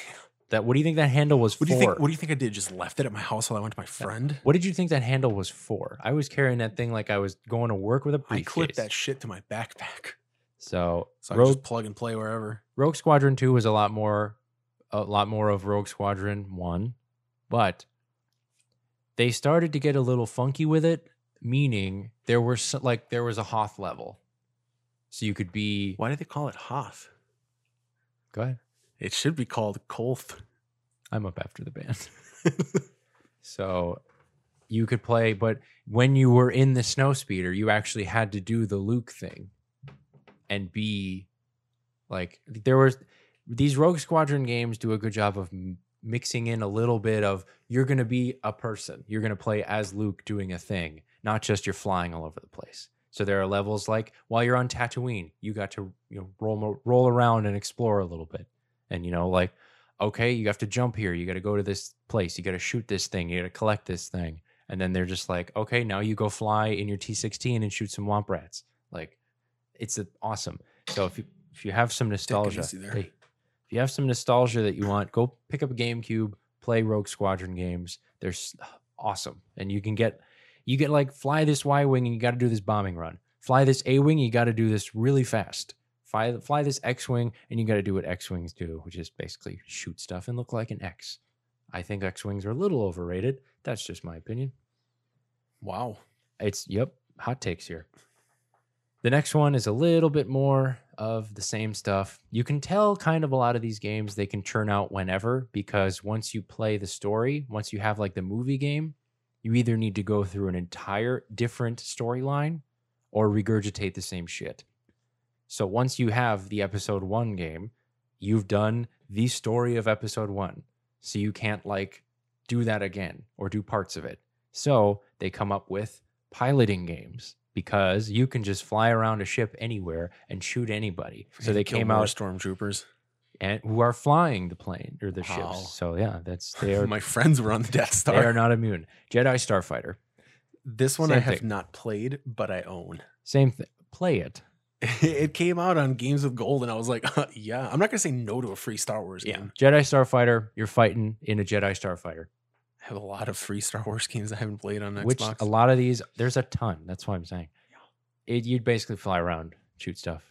A: That what do you think that handle was
B: What
A: for?
B: do you think? What do you think I did? Just left it at my house while I went to my friend.
A: What did you think that handle was for? I was carrying that thing like I was going to work with a
B: I
A: briefcase.
B: clipped that shit to my backpack, [LAUGHS]
A: so,
B: so I could
A: Rogue
B: just plug and play wherever.
A: Rogue Squadron 2 was a lot more a lot more of Rogue Squadron 1, but they started to get a little funky with it, meaning there were so, like there was a Hoth level. So you could be
B: Why do they call it Hoth?
A: Go ahead.
B: It should be called Kolth.
A: I'm up after the band. so you could play, but when you were in the snowspeeder, you actually had to do the Luke thing and be like there was these Rogue Squadron games do a good job of m- mixing in a little bit of you're going to be a person. You're going to play as Luke doing a thing, not just you're flying all over the place. So there are levels like while you're on Tatooine, you got to you know roll mo- roll around and explore a little bit. And you know like okay, you have to jump here. You got to go to this place. You got to shoot this thing. You got to collect this thing. And then they're just like, okay, now you go fly in your T16 and shoot some womp rats. Like, it's a, awesome. So if you if you have some nostalgia,
B: easy there.
A: hey, if you have some nostalgia that you want, go pick up a GameCube, play Rogue Squadron games. They're s- awesome, and you can get you get like fly this Y wing and you got to do this bombing run. Fly this A wing, you got to do this really fast fly, fly this X-wing, and you got to do what X-wings do, which is basically shoot stuff and look like an X. I think X-wings are a little overrated. That's just my opinion.
B: Wow.
A: It's yep, hot takes here. The next one is a little bit more of the same stuff. You can tell kind of a lot of these games they can churn out whenever because once you play the story, once you have like the movie game, you either need to go through an entire different storyline or regurgitate the same shit. So once you have the episode 1 game, you've done the story of episode 1. So you can't like do that again or do parts of it. So they come up with piloting games because you can just fly around a ship anywhere and shoot anybody. So
B: And
A: they
B: kill
A: came
B: more
A: out
B: stormtroopers.
A: and who are flying the plane or the
B: Wow.
A: ships. So yeah, that's [LAUGHS]
B: [LAUGHS]
A: they are
B: my friends were on the Death
A: they
B: Star.
A: are not immune. Jedi Starfighter,
B: this one I
A: Same
B: have
A: thing.
B: not played, but I own. [LAUGHS]
A: same thing. Play it.
B: it came out on Games of Gold, and I was like, [LAUGHS] yeah, I'm not gonna say no to a free Star Wars game.
A: Jedi Starfighter. You're fighting in a Jedi Starfighter,
B: I have a lot of free Star Wars [LAUGHS] games I haven't played on Xbox.
A: which a lot of these there's a ton. That's why I'm saying it, you'd basically fly around, shoot stuff.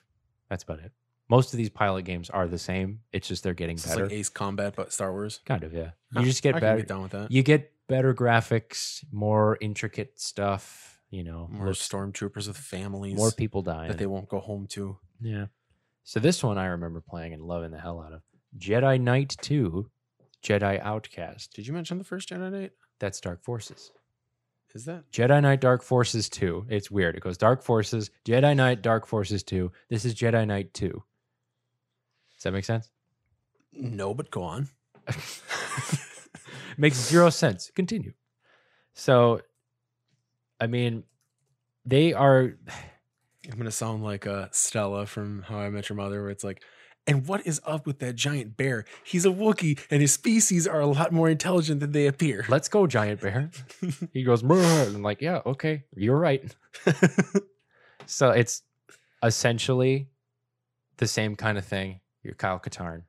A: That's about it. Most of these pilot games are the same. It's just they're getting
B: It's just
A: better.
B: like Ace Combat, but Star Wars.
A: kind of yeah.
B: Huh,
A: You just
B: I
A: get
B: can
A: better.
B: Get down with that.
A: you get better graphics, more intricate stuff. You know,
B: more
A: looks-
B: stormtroopers with families
A: more people dying.
B: that they won't go home to.
A: Yeah. So this one I remember playing and loving the hell out of. Jedi Knight 2, Jedi Outcast.
B: Did you mention the first Jedi Knight?
A: That's Dark Forces.
B: Is that
A: Jedi Knight Dark Forces 2. It's weird. It goes Dark Forces, Jedi Knight Dark Forces 2. This is Jedi Knight 2. Does that make sense?
B: no? But go on.
A: Makes zero sense. Continue. So I mean they are
B: I'm gonna sound like uh, Stella from How I Met Your Mother, where it's like, "And what is up with that giant bear? He's a Wookiee, and his species are a lot more intelligent than they appear." [LAUGHS]
A: let's go giant bear. he goes, "Brr," and I'm like, yeah, okay, you're right. so it's essentially the same kind of thing. You're Kyle Katarn.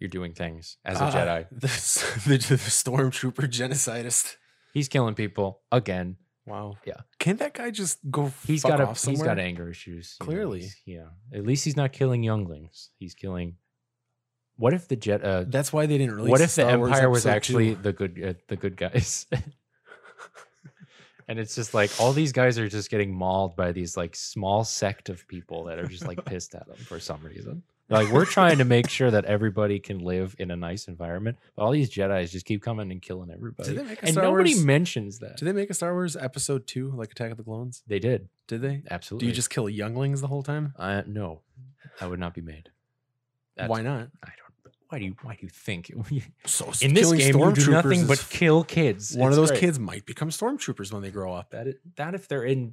A: You're doing things as a
B: Ah,
A: Jedi.
B: the, s- the, the stormtrooper genocidist.
A: He's killing people again.
B: Wow.
A: Yeah.
B: Can that guy just go?
A: He's
B: fuck
A: got a,
B: off
A: he's
B: somewhere?
A: got anger issues. you know,
B: Clearly.
A: he's- yeah. At least he's not killing younglings. He's killing. What if the jet? Uh,
B: That's why they didn't release.
A: what if the
B: Star Wars
A: Empire was
B: Episode
A: actually
B: Two.
A: the good uh, the good guys? [LAUGHS] and it's just like all these guys
B: [LAUGHS]
A: are just getting mauled by these like small sect of people that are just like pissed at them for some reason. Like we're trying to make sure that everybody can live in a nice environment. But all these Jedi's just keep coming and killing
B: Did
A: everybody.
B: they make a
A: And
B: Star
A: nobody
B: Wars?
A: mentions that.
B: did they make a Star Wars episode two, like Attack of the Clones?
A: They did.
B: Did they? Do
A: Absolutely.
B: you just kill younglings the whole time?
A: uh, no. That would not be made. That's-
B: Why not?
A: I don't why do you why do you think [LAUGHS]
B: So
A: in this
B: killing
A: game you do
B: stormtroopers
A: nothing
B: is
A: but
B: f-
A: kill kids?
B: one of
A: It's
B: those
A: great.
B: kids might become stormtroopers when they grow up.
A: That is, that if they're in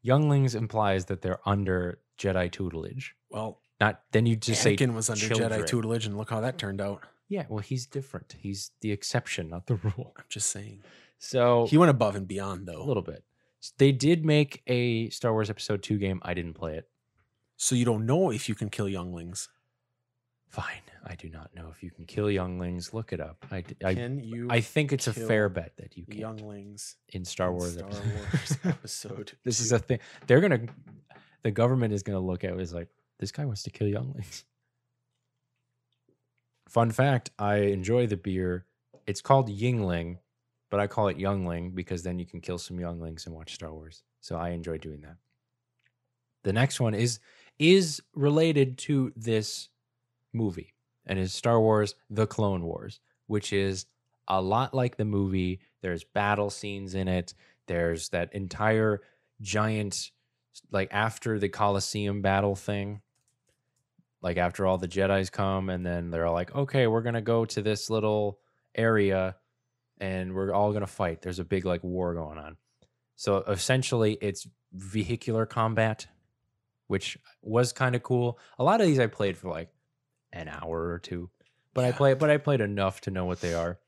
A: younglings implies that they're under Jedi tutelage.
B: Well,
A: Not then you just say
B: Anakin was under
A: children.
B: Jedi tutelage, and look how that turned out.
A: yeah. Well, he's different. He's the exception, not the [LAUGHS] rule.
B: I'm just saying.
A: So
B: He went above and beyond,
A: a
B: though.
A: little bit. S- They did make a Star Wars Episode Two game. I didn't play it.
B: So you don't know if you can kill younglings.
A: Fine. I do not know if you can kill younglings. Look it up. I d- I,
B: can you?
A: I think it's a fair
B: kill
A: bet that you can
B: younglings.
A: in Star
B: in
A: Wars.
B: Star
A: episode- [LAUGHS]
B: Wars episode.
A: this is a thing. They're gonna. The government is gonna look at it as like this guy wants to kill younglings. Fun fact: I enjoy the beer. It's called Yingling, but I call it Youngling because then you can kill some younglings and watch Star Wars. So I enjoy doing that. The next one is is related to this movie and is Star Wars: The Clone Wars, which is a lot like the movie. There's battle scenes in it. There's that entire giant like after the Colosseum battle thing. Like after all the Jedi's come and then they're all like, "Okay, we're going to go to this little area and we're all going to fight. There's a big like war going on." So essentially it's vehicular combat, which was kind of cool. A lot of these I played for like an hour or two, but I
B: Yeah.
A: play but I played enough to know what they are.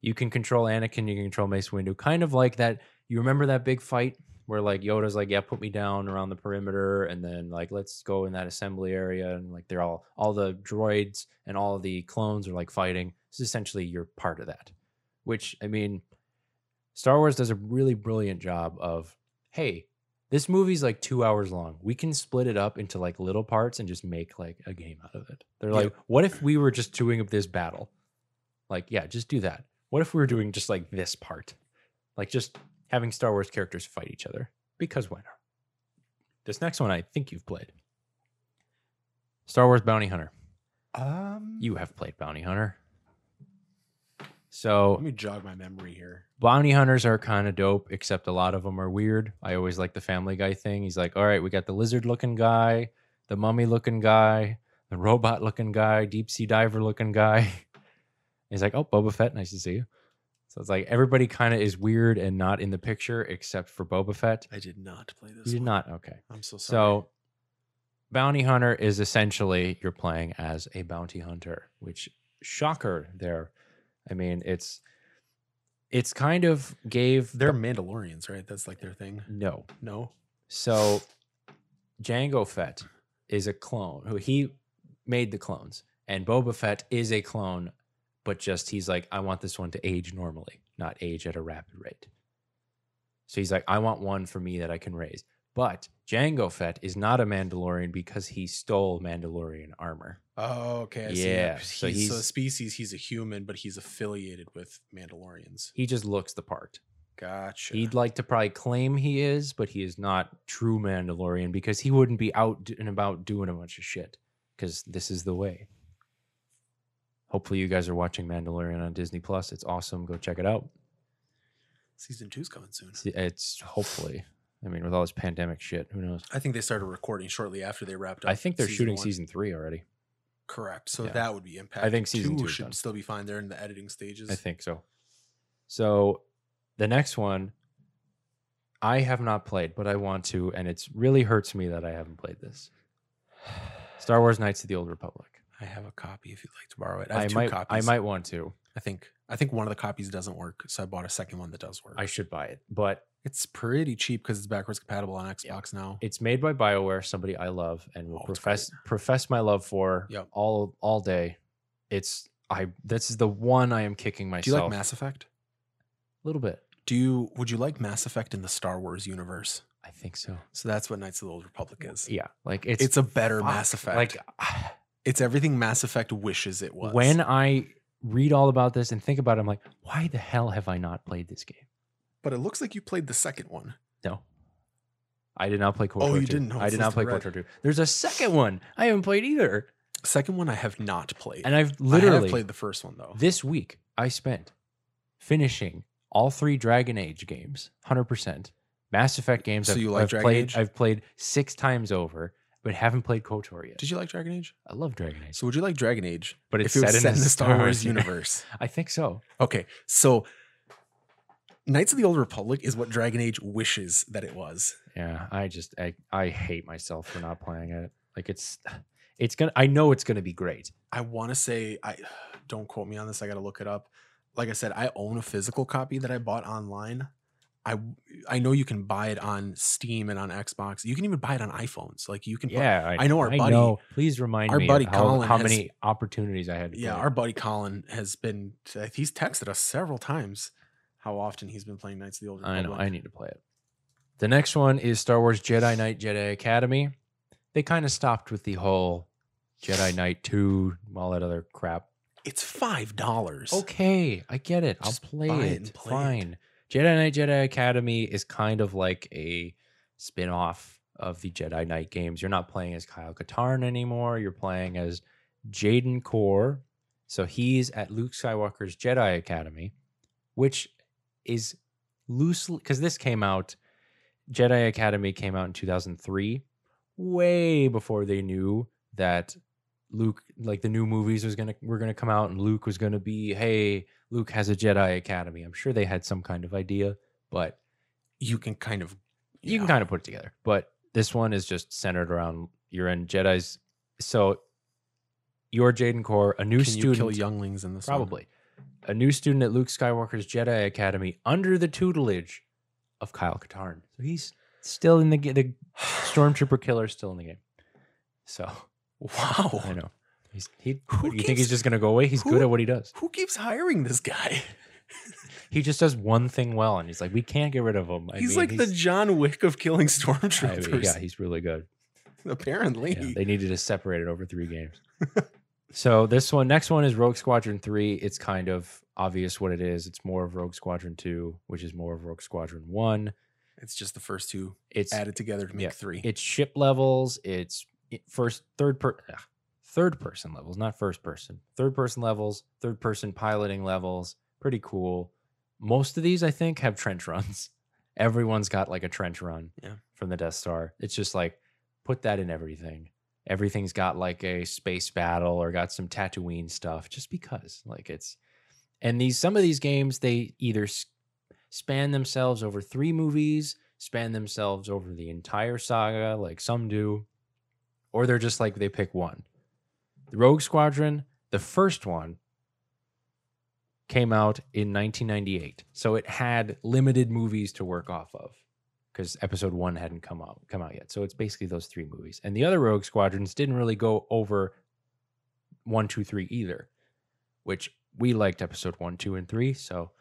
A: You can control Anakin, you can control Mace Windu, kind of like that. You remember that big fight where like Yoda's like, "Yeah, put me down around the perimeter," and then like, "Let's go in that assembly area," and like they're all all the droids and all the clones are like fighting. It's essentially you're part of that, which I mean, Star Wars does a really brilliant job of, hey. This movie's like two hours long. We can split it up into like little parts and just make like a game out of it. They're
B: Yeah.
A: like, what if we were just doing this battle? Like, yeah, just do that. What if we were doing just like this part? Like just having Star Wars characters fight each other. Because why not? This next one I think you've played. Star Wars Bounty Hunter.
B: Um,
A: You have played Bounty Hunter. So
B: Let me jog my memory here.
A: bounty hunters are kind of dope, except a lot of them are weird. I always like the Family Guy thing. He's like, all right, we got the lizard looking guy, the mummy looking guy, the robot looking guy, deep sea diver looking guy. [LAUGHS] He's like, oh, Boba Fett, nice to see you. So it's like everybody kind of is weird and not in the picture except for Boba Fett.
B: I did not play this.
A: You did
B: one.
A: not? Okay.
B: I'm so sorry.
A: So, bounty hunter is essentially you're playing as a bounty hunter, which shocker there. I mean, it's it's kind of gave
B: they're Mandalorians, right? That's like their thing.
A: no.
B: No.
A: So Django Fett is a clone who he made the clones, and Boba Fett is a clone, but just he's like, I want this one to age normally, not age at a rapid rate. So he's like, I want one for me that I can raise. But Django Fett is not a Mandalorian because he stole Mandalorian armor.
B: Oh, okay. I see
A: Yeah,
B: that. He's,
A: so
B: so he's a
A: he's-
B: species. He's a human, but he's affiliated with Mandalorians.
A: He just looks the part.
B: Gotcha.
A: He'd like to probably claim he is, but he is not true Mandalorian because he wouldn't be out d- and about doing a bunch of shit because this is the way. Hopefully, you guys are watching Mandalorian on Disney Plus. It's awesome. Go check it out.
B: Season two's coming soon.
A: It's, it's hopefully, I mean, with all this pandemic shit, who knows?
B: I think they started recording shortly after they wrapped up.
A: I think they're shooting
B: one.
A: season three already.
B: Correct. So
A: Yeah.
B: that would be impact.
A: season two is
B: should
A: done.
B: still be fine. They're in the editing stages.
A: I think so. So the next one I have not played, but I want to, and it's really hurts me that I haven't played this. [SIGHS] Star Wars Knights of the Old Republic.
B: I have a copy if you'd like to borrow it. I have
A: I
B: two
A: might
B: copies.
A: I might want to.
B: I think. I think one of the copies doesn't work, so I bought a second one that does work.
A: I should buy it. But
B: it's pretty cheap because it's backwards compatible on Xbox now.
A: it's made by BioWare, somebody I love and will
B: Oh, it's great.
A: profess profess my love for
B: Yep.
A: all all day. It's I this is the one I am kicking myself.
B: Do you like Mass Effect?
A: A little bit.
B: Do you? Would you like Mass Effect in the Star Wars universe?
A: I think so.
B: So that's what Knights of the Old Republic is.
A: Yeah. Like it's
B: It's, a better
A: fuck,
B: Mass Effect.
A: Like
B: it's everything Mass Effect wishes it was.
A: when I read all about this and think about it, I'm like, why the hell have I not played this game?
B: But it looks like you played the second one.
A: No. I did not play Core
B: Oh,
A: Tour
B: you
A: 2.
B: didn't know
A: I
B: it's
A: did not
B: listed
A: play Core
B: red.
A: Tour 2. There's a second one. I haven't played either.
B: Second one I have not played.
A: And I've
B: I have
A: literally
B: played the first one though.
A: this week I spent finishing all three Dragon Age games, hundred percent. Mass Effect games.
B: So
A: I've,
B: you like
A: I've
B: Dragon
A: played,
B: Age?
A: I've played six times over, but haven't played KOTOR yet.
B: Did you like Dragon Age?
A: I love Dragon Age,
B: So would you like Dragon Age
A: but it's
B: if it was
A: set, in, the
B: Star
A: [LAUGHS]
B: Wars universe?
A: I think so.
B: Okay, so Knights of the Old Republic is what Dragon Age wishes that it was.
A: Yeah, I just I, I hate myself for not playing it. Like it's it's gonna. I know it's gonna be great.
B: I want to say I don't quote me on this. I got to look it up. Like I said, I own a physical copy that I bought online. I I know you can buy it on Steam and on Xbox. You can even buy it on iPhones. Like you can. put-
A: Yeah,
B: I know our buddy-
A: Please remind
B: our
A: me
B: buddy
A: of how,
B: Colin
A: how
B: has-
A: many opportunities I had. To
B: yeah,
A: play.
B: our buddy Colin has been. uh, He's texted us several times how often he's been playing Knights of the Old
A: I
B: Republic.
A: know. I need to play it. The next one is Star Wars Jedi Knight Jedi Academy. They kind of stopped with the whole Jedi Knight 2, all that other crap.
B: It's five dollars.
A: Okay, I get it. I'll
B: Just
A: play
B: buy it
A: it.
B: and play it.
A: Fine. Jedi Knight Jedi Academy is kind of like a spin off of the Jedi Knight games. You're not playing as Kyle Katarn anymore. You're playing as Jaden Core. So he's at Luke Skywalker's Jedi Academy, which is loosely because this came out, Jedi Academy came out in 2003, way before they knew that Luke, like the new movies was gonna were gonna come out, and Luke was gonna be, hey, Luke has a Jedi Academy. I'm sure they had some kind of idea, but
B: You can kind of.
A: you can
B: yeah.
A: kind of put it together. But this one is just centered around you're in Jedi's. So you're Jaden Core, a new
B: Can you
A: student.
B: kill younglings in this? one?
A: Probably. A new student at Luke Skywalker's Jedi Academy under the tutelage of Kyle Katarn. So he's still in the ga- the stormtrooper killer is still in the game. So
B: [SIGHS] Wow.
A: I know. He's he
B: Oh. Who
A: you think he's
B: gives-
A: just gonna go away? He's good
B: who-
A: at what he does.
B: Who keeps hiring this guy?
A: He just does one thing well and he's like, we can't get rid of him. I
B: he's
A: mean,
B: like the
A: he's-
B: John Wick of killing [LAUGHS]
A: I mean,
B: stormtroopers.
A: yeah, he's really good.
B: Apparently.
A: Yeah, they needed to separate it over three games. so this one, next one is Rogue Squadron Three. It's kind of obvious what it is. It's more of Rogue Squadron Two, which is more of Rogue Squadron One.
B: it's just the first two
A: It's
B: added together to make
A: yeah,
B: three.
A: it's ship levels. It's i- first, third per, ugh, third person levels, not first person. Third person levels, third person piloting levels. Pretty cool. Most of these, I think, have trench runs. [LAUGHS] Everyone's got like a trench run
B: Yeah.
A: from the Death Star. It's just like put that in everything. Everything's got like a space battle or got some Tatooine stuff, just because. Like it's, and these some of these games they either s- span themselves over three movies span themselves over the entire saga, like some do, or they're just like they pick one. The Rogue Squadron, the first one, came out in 1998, so it had limited movies to work off of because Episode One hadn't come out come out yet. So it's basically those three movies, and the other Rogue Squadrons didn't really go over one, two, three either, which we liked Episode One, two, and three. So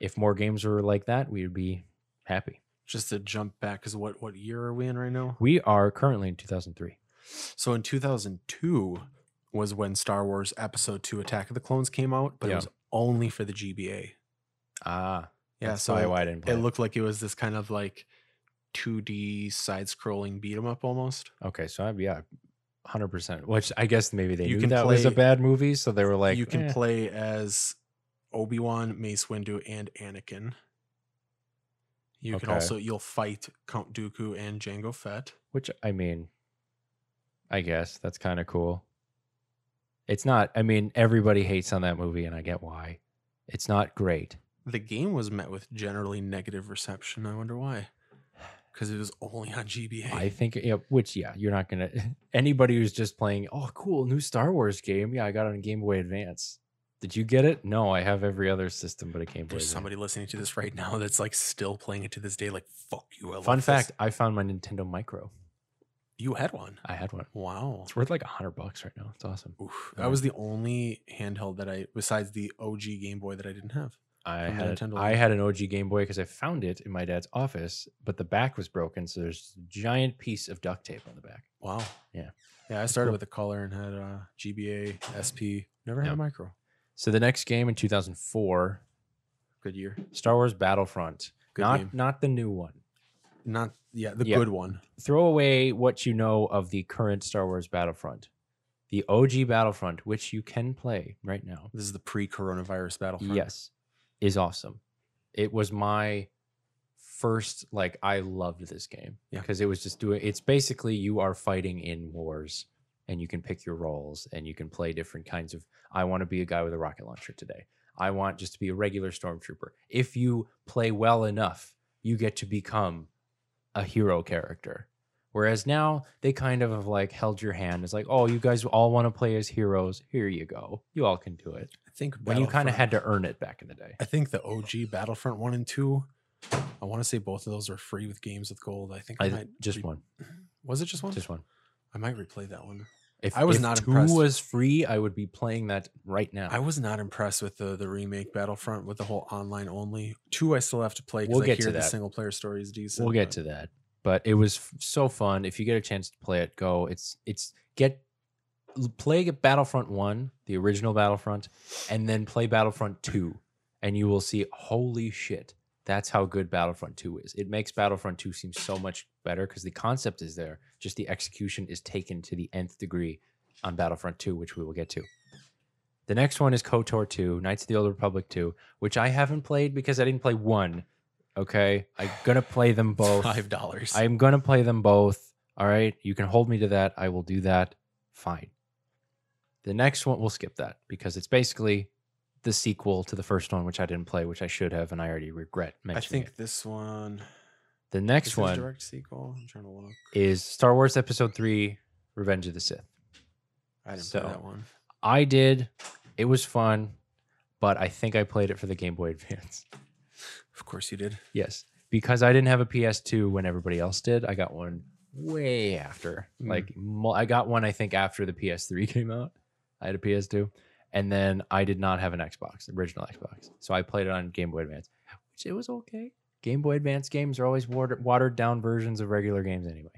A: if more games were like that, we'd be happy.
B: just to jump back, because what what year are we in right now?
A: We are currently in 2003.
B: So in 2002 was when Star Wars Episode Two: Attack of the Clones came out, but
A: Yeah.
B: it was only for the GBA.
A: Ah,
B: Yeah,
A: that's
B: so
A: probably
B: it,
A: why I didn't play.
B: it
A: It
B: looked like it was this kind of like 2D side-scrolling beat 'em up almost.
A: okay, so I, yeah, 100. percent Which I guess maybe they
B: You
A: knew
B: can
A: that was a
B: play-
A: bad movie, so they were like,
B: you can
A: eh.
B: play as Obi Wan, Mace Windu, and Anakin. You can
A: Okay.
B: also you'll fight Count Dooku and Jango Fett.
A: Which I mean, I guess that's kind of cool. It's not. I mean, everybody hates on that movie, and I get why. It's not great.
B: The game was met with generally negative reception. I wonder why. Because it was only on GBA. [LAUGHS]
A: I think, yeah, which yeah, you're not gonna [LAUGHS] anybody who's just playing. Oh, cool, new Star Wars game. Yeah, I got it on Game Boy Advance. Did you get it? No, I have every other system but a Game Boy.
B: There's
A: Advance.
B: somebody listening to this right now that's like still playing it to this day. Like fuck you. I love
A: Fun
B: this."
A: fact: I found my Nintendo Micro.
B: you had one.
A: I had one.
B: Wow.
A: It's worth like a hundred bucks right now. It's awesome.
B: Oof,
A: Yeah.
B: that was the only handheld that I, besides the OG Game Boy, that I didn't have.
A: I
B: From the
A: had
B: Nintendo
A: I
B: Land.
A: had an OG Game Boy because I found it in my dad's office, but the back was broken, so there's a giant piece of duct tape on the back.
B: Wow.
A: Yeah.
B: Yeah. I started
A: cool.
B: with a color and had uh, GBA, SP. Never had
A: Yeah.
B: a micro.
A: So the next game in 2004,
B: Good year.
A: Star Wars Battlefront,
B: Good
A: not
B: game.
A: not the new one,
B: not yeah, the
A: Yeah.
B: good one.
A: throw away what you know of the current Star Wars Battlefront, the OG Battlefront, which you can play right now.
B: This is the pre-coronavirus battlefront.
A: Yes, is awesome. It was my first like I loved this game
B: Yeah.
A: because it was just doing. It's basically you are fighting in wars, and you can pick your roles, and you can play different kinds of. I want to be a guy with a rocket launcher today. I want just to be a regular stormtrooper. If you play well enough, you get to become a hero character. Whereas now they kind of have like held your hand. It's like, oh, you guys all want to play as heroes. Here you go. You all can do it
B: I think
A: when you kind of
B: Battlefront-
A: had to earn it back in the day.
B: I think the OG Battlefront one and two. I want to say both of those are free with games with gold. I think I,
A: I,
B: might
A: just
B: re-
A: one,
B: Was it just one?
A: just one.
B: I might replay that one.
A: If
B: I was
A: if
B: not
A: two
B: impressed.
A: was free, I would be playing that right now.
B: I was not impressed with the the remake Battlefront with the whole online only. Two I still have to play because
A: We'll
B: I
A: get to
B: hear the
A: that.
B: single player story is decent.
A: we'll get
B: but
A: to that, but it was f- so fun. If you get a chance to play it, go. It's it's get l- play Battlefront One, the original Battlefront, and then play Battlefront Two, and you will see. Holy shit! That's how good Battlefront Two is. It makes Battlefront Two seem so much better because the concept is there, just the execution is taken to the nth degree on Battlefront Two, which we will get to. The next one is KOTOR 2, Knights of the Old Republic 2, which I haven't played because I didn't play one. Okay. I'm going to play them both.
B: five dollars.
A: I'm going to play them both. All right. You can hold me to that. I will do that. Fine. The next one, we'll skip that because it's basically the sequel to the first one, which I didn't play, which I should have, and I already regret
B: I
A: mentioning.
B: think
A: it.
B: this one.
A: the
B: is
A: next
B: it a
A: one
B: direct sequel. I'm trying to look.
A: is Star Wars Episode 3 Revenge of the Sith.
B: I didn't
A: so-
B: play that one.
A: I did. It was fun, but I think I played it for the Game Boy Advance.
B: Of course you did.
A: Yes, because I didn't have a PS2 when everybody else did. I got one way after.
B: Mm.
A: Like mo- I got one, I think after the PS3 [LAUGHS] came out. I had a PS2, and then I did not have an Xbox, original Xbox. So I played it on Game Boy Advance, which it was okay. Game Boy Advance games are always water- watered down versions of regular games anyway.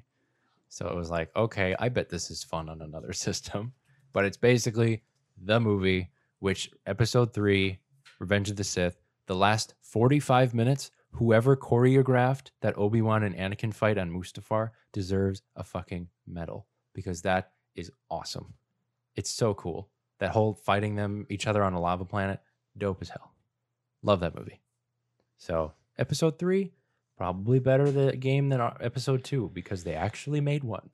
A: So it was like, okay, I bet this is fun on another [LAUGHS] system. But it's basically the movie, which episode three, Revenge of the Sith, the last 45 minutes, whoever choreographed that Obi Wan and Anakin fight on Mustafar deserves a fucking medal because that is awesome. It's so cool. That whole fighting them, each other on a lava planet, dope as hell. Love that movie. So, episode three, probably better the game than our- episode two because they actually made
B: [SIGHS]
A: one.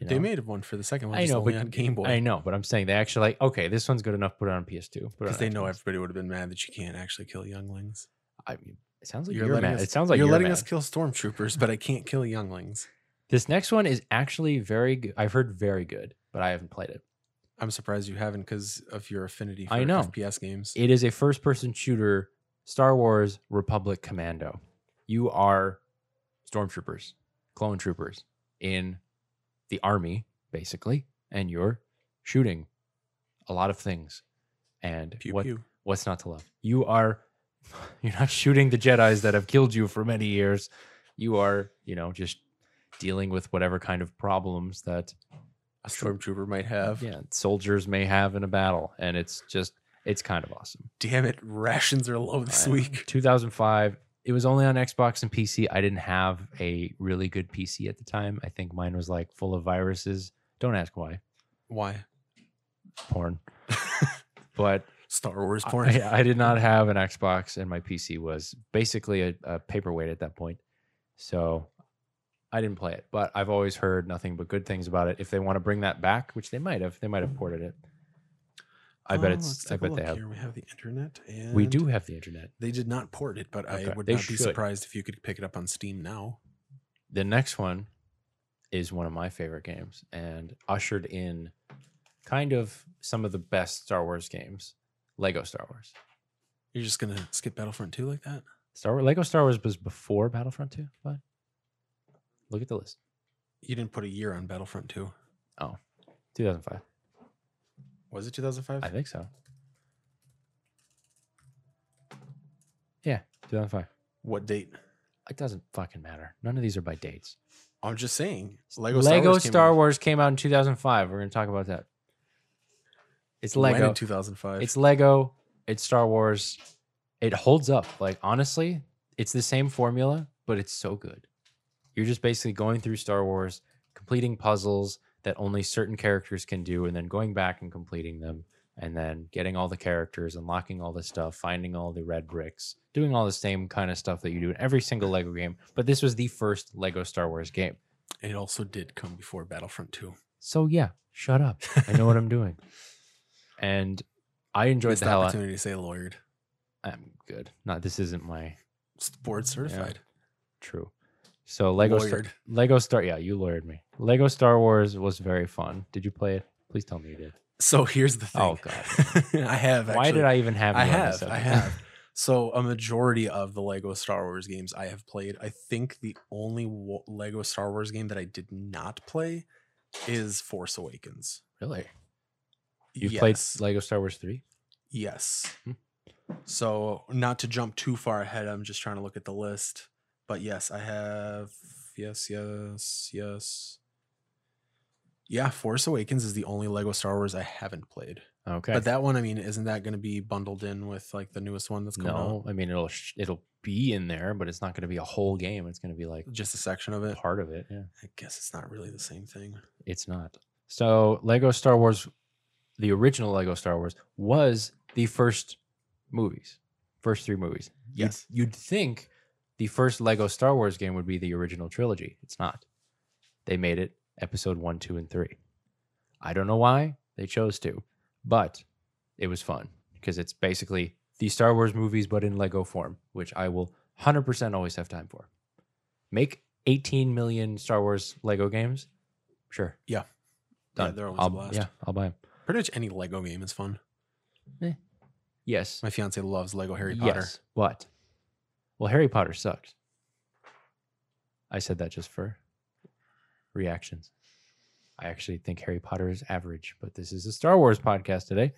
A: You
B: They
A: know?
B: made one for the second one.
A: I
B: just
A: know,
B: only
A: but
B: on Game Boy.
A: I know, but I'm saying they actually like, okay, this one's good enough, put it on PS2. put it
B: because
A: on
B: they know
A: Xbox.
B: everybody would have been mad that you can't actually kill younglings.
A: I mean, it sounds like you're, mad. it sounds like
B: you're,
A: you're,
B: letting
A: mad.
B: us kill stormtroopers, but I can't kill younglings.
A: This next one is actually very good. I've heard very good, but I haven't played it.
B: I'm surprised you haven't because of your affinity for
A: I know.
B: FPS games.
A: It is a first person shooter, Star Wars Republic Commando. You are stormtroopers, clone troopers in the army, basically, and you're shooting a lot of things. And
B: pew
A: what
B: pew.
A: what's not to love? You are [LAUGHS] you're not shooting the Jedi's that have killed you for many years. You are, you know, just dealing with whatever kind of problems that
B: A stormtrooper might have.
A: yeah, soldiers may have in a battle. And it's just it's kind of awesome.
B: Damn it, rations are low this
A: I-
B: week.
A: 2005. It was only on Xbox and PC. I didn't have a really good PC at the time. I think mine was like full of viruses. Don't ask [LAUGHS] why.
B: Why?
A: [LAUGHS] Porn. but
B: Star Wars
A: I-
B: porn.
A: I, I did not have an Xbox, and my PC was basically a, a paperweight at that point. So I didn't play it, but I've always heard nothing but good things about it. If they want to bring that back, which they might have, they might have ported it. I bet
B: Oh, let's
A: it's. I
B: take a
A: bet they
B: look
A: have.
B: Here we have the internet, and
A: We do have the internet.
B: They did not port it, but I
A: Okay,
B: would
A: they
B: not be
A: should.
B: surprised if you could pick it up on Steam now.
A: The next one is one of my favorite games and ushered in kind of some of the best Star Wars games. Lego Star Wars.
B: You're just gonna skip Battlefront 2 like that?
A: Star Wars Lego Star Wars was before Battlefront 2, but look at the list.
B: You didn't put a year on Battlefront 2.
A: 2005.
B: Was it 2005?
A: I think so. Yeah, 2005.
B: what date?
A: It doesn't fucking matter. None of these are by dates.
B: I'm just saying. Lego,
A: Lego
B: came
A: Star
B: out
A: Wars came out in 2005. We're going to talk about that. It's
B: when in
A: Lego.
B: 2005.
A: It's Lego. It's Star Wars. It holds up. Like honestly, it's the same formula, but it's so good. You're just basically going through Star Wars, completing puzzles that only certain characters can do, and then going back and completing them, and then getting all the characters, unlocking all this stuff, finding all the red bricks, doing all the same kind of stuff that you do in every single Lego game. But this was the first Lego Star Wars game.
B: It also did come before Battlefront 2.
A: So yeah, shut up. I know what I'm doing. And I enjoyed
B: Missed
A: the hell out.
B: opportunity to say lawyered.
A: I'm good. No, this isn't my
B: Board certified.
A: true. So Lego Star-
B: Lawyered.
A: Lego Star yeah, you lured me. Lego Star Wars was very fun. Did you play it? Please tell me you did.
B: So here's the thing.
A: Oh, God.
B: [LAUGHS] I have.
A: Why
B: actually.
A: did I even have you
B: I
A: on this
B: have. I
A: episode?
B: have. So a majority of the Lego Star Wars games I have played. I think the only wo- Lego Star Wars game that I did not play is Force Awakens.
A: [LAUGHS] really? You've played
B: Yes.
A: Lego Star Wars 3?
B: Yes.
A: Hmm.
B: So, not to jump too far ahead, I'm just trying to look at the list. But yes, I have. Yes, yes, yes. Yeah, Force Awakens is the only Lego Star Wars I haven't played.
A: Okay.
B: But that one, I mean, isn't that going to be bundled in with like the newest one that's coming
A: no, I mean it'll sh- it'll be in there, but it's not going to be a whole game. It's going to be like
B: out? Just a section of it.
A: part of it. Yeah.
B: I guess it's not really the same thing.
A: It's not. So Lego Star Wars, the original Lego Star Wars, was the first movies, first three movies. You'd-
B: Yes.
A: You'd, think the first Lego Star Wars game would be the original trilogy. It's not. They made it episode one, two, and three. I don't know why they chose to, but it was fun because it's basically the Star Wars movies, but in Lego form, which I will 100% always have time for. Make 18 million Star Wars Lego games. Sure.
B: Yeah. Yeah,
A: Done.
B: they're always a
A: I'll,
B: blast.
A: Yeah, I'll buy them.
B: Pretty much any Lego game is fun.
A: Yes.
B: My fiance loves Lego Harry Potter.
A: Yes, but well, Harry Potter sucks. I said that just for reactions. I actually think Harry Potter is average, but this is a Star Wars podcast
B: [LAUGHS]
A: today.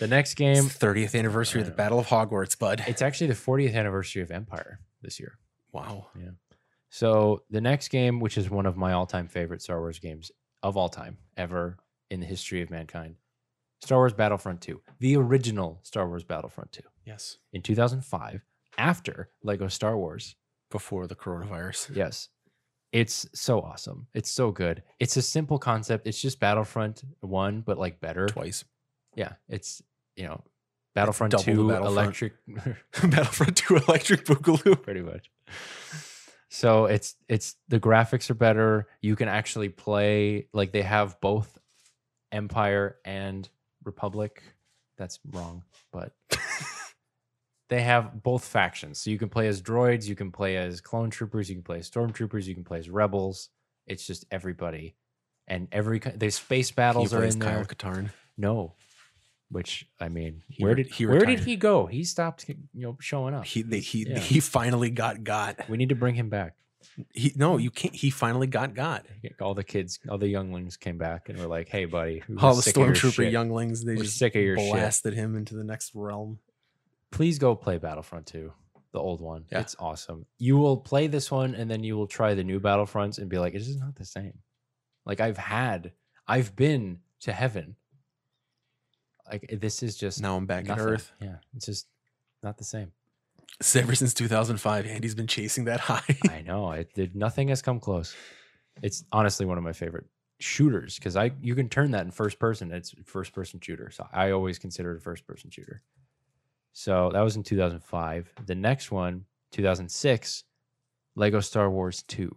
A: the next
B: It's
A: game,
B: the 30th anniversary of the
A: Yeah.
B: Battle of Hogwarts, bud.
A: it's actually the 40th anniversary of Empire this year.
B: wow.
A: So the next game, which is one of my all-time favorite Star Wars games of all time ever in the history of mankind, Star Wars Battlefront 2, the original Star Wars Battlefront 2
B: Yes.
A: in 2005 after Lego Star Wars.
B: Before the coronavirus.
A: Yes. It's so awesome. It's so good. It's a simple concept. It's just Battlefront 1 but like better.
B: Twice. [LAUGHS]
A: Yeah, it's, you know, Battlefront
B: double the
A: 2
B: Battlefront.
A: electric [LAUGHS]
B: Battlefront 2 Electric Boogaloo.
A: pretty much. So it's it's the graphics are better. You can actually play like they have both Empire and Republic. That's wrong,
B: [LAUGHS]
A: but they have both factions. So you can play as droids, you can play as clone troopers, you can play as stormtroopers, you can play as rebels. It's just everybody, and every ki- there's space battles are
B: plays
A: in
B: Kyle
A: there.
B: Katarn.
A: No, which I mean,
B: He
A: where
B: re-
A: did
B: he
A: where did
B: retired.
A: he go? He stopped, you know, showing up.
B: He they, he
A: Uh, Yeah.
B: he finally got got.
A: we need to bring him back.
B: He no,
A: Hmm.
B: you can't. He finally got got.
A: all the kids, all the younglings came back and were like, "Hey, buddy, we're
B: All the
A: sick of your
B: stormtrooper
A: shit.
B: younglings they
A: we're
B: just
A: sick of your shit.
B: blasted him into the next realm.
A: Please go play Battlefront 2, the old one.
B: Yeah.
A: It's awesome. You will play this one and then you will try the new Battlefronts and be like, "This is not the same." Like I've had, I've been to heaven. Like this is just
B: Now I'm back
A: nothing.
B: at Earth.
A: Yeah, it's just not the same.
B: So Ever since 2005, Andy's been chasing that [LAUGHS] high.
A: I know. It, there- nothing has come close. It's honestly one of my favorite shooters because I you can turn that in first person. It's a first person shooter, so I always consider it a first person shooter. So that was in 2005. The next one, 2006, Lego Star Wars 2,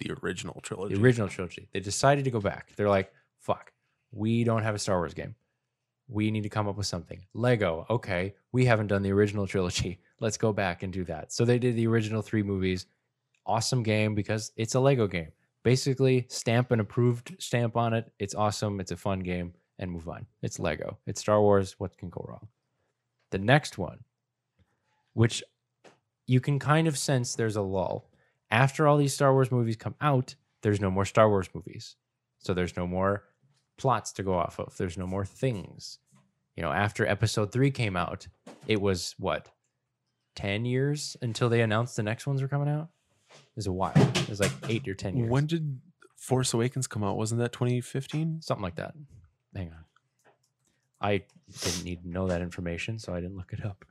B: the original
A: the
B: trilogy.
A: original trilogy. They decided to go back. They're like, "Fuck, we don't have a Star Wars game. We need to come up with something." Lego, okay, we haven't done the original trilogy. Let's go back and do that. So they did the original three movies awesome game because it's a Lego game. Basically, stamp an approved stamp on it. It's awesome. It's a fun game and move on. It's Lego. It's Star Wars. What can go wrong? The next one, which you can kind of sense there's a lull. After all these Star Wars movies come out, there's no more Star Wars movies. So there's no more plots to go off of. There's no more things. You know, after episode three came out, it was what, 10 years until they announced the next ones were coming out? It was a while. It was like eight or 10 years.
B: When did Force Awakens come out? Wasn't that 2015?
A: Something like that. Hang on. I didn't need to know that information, so I didn't look it up.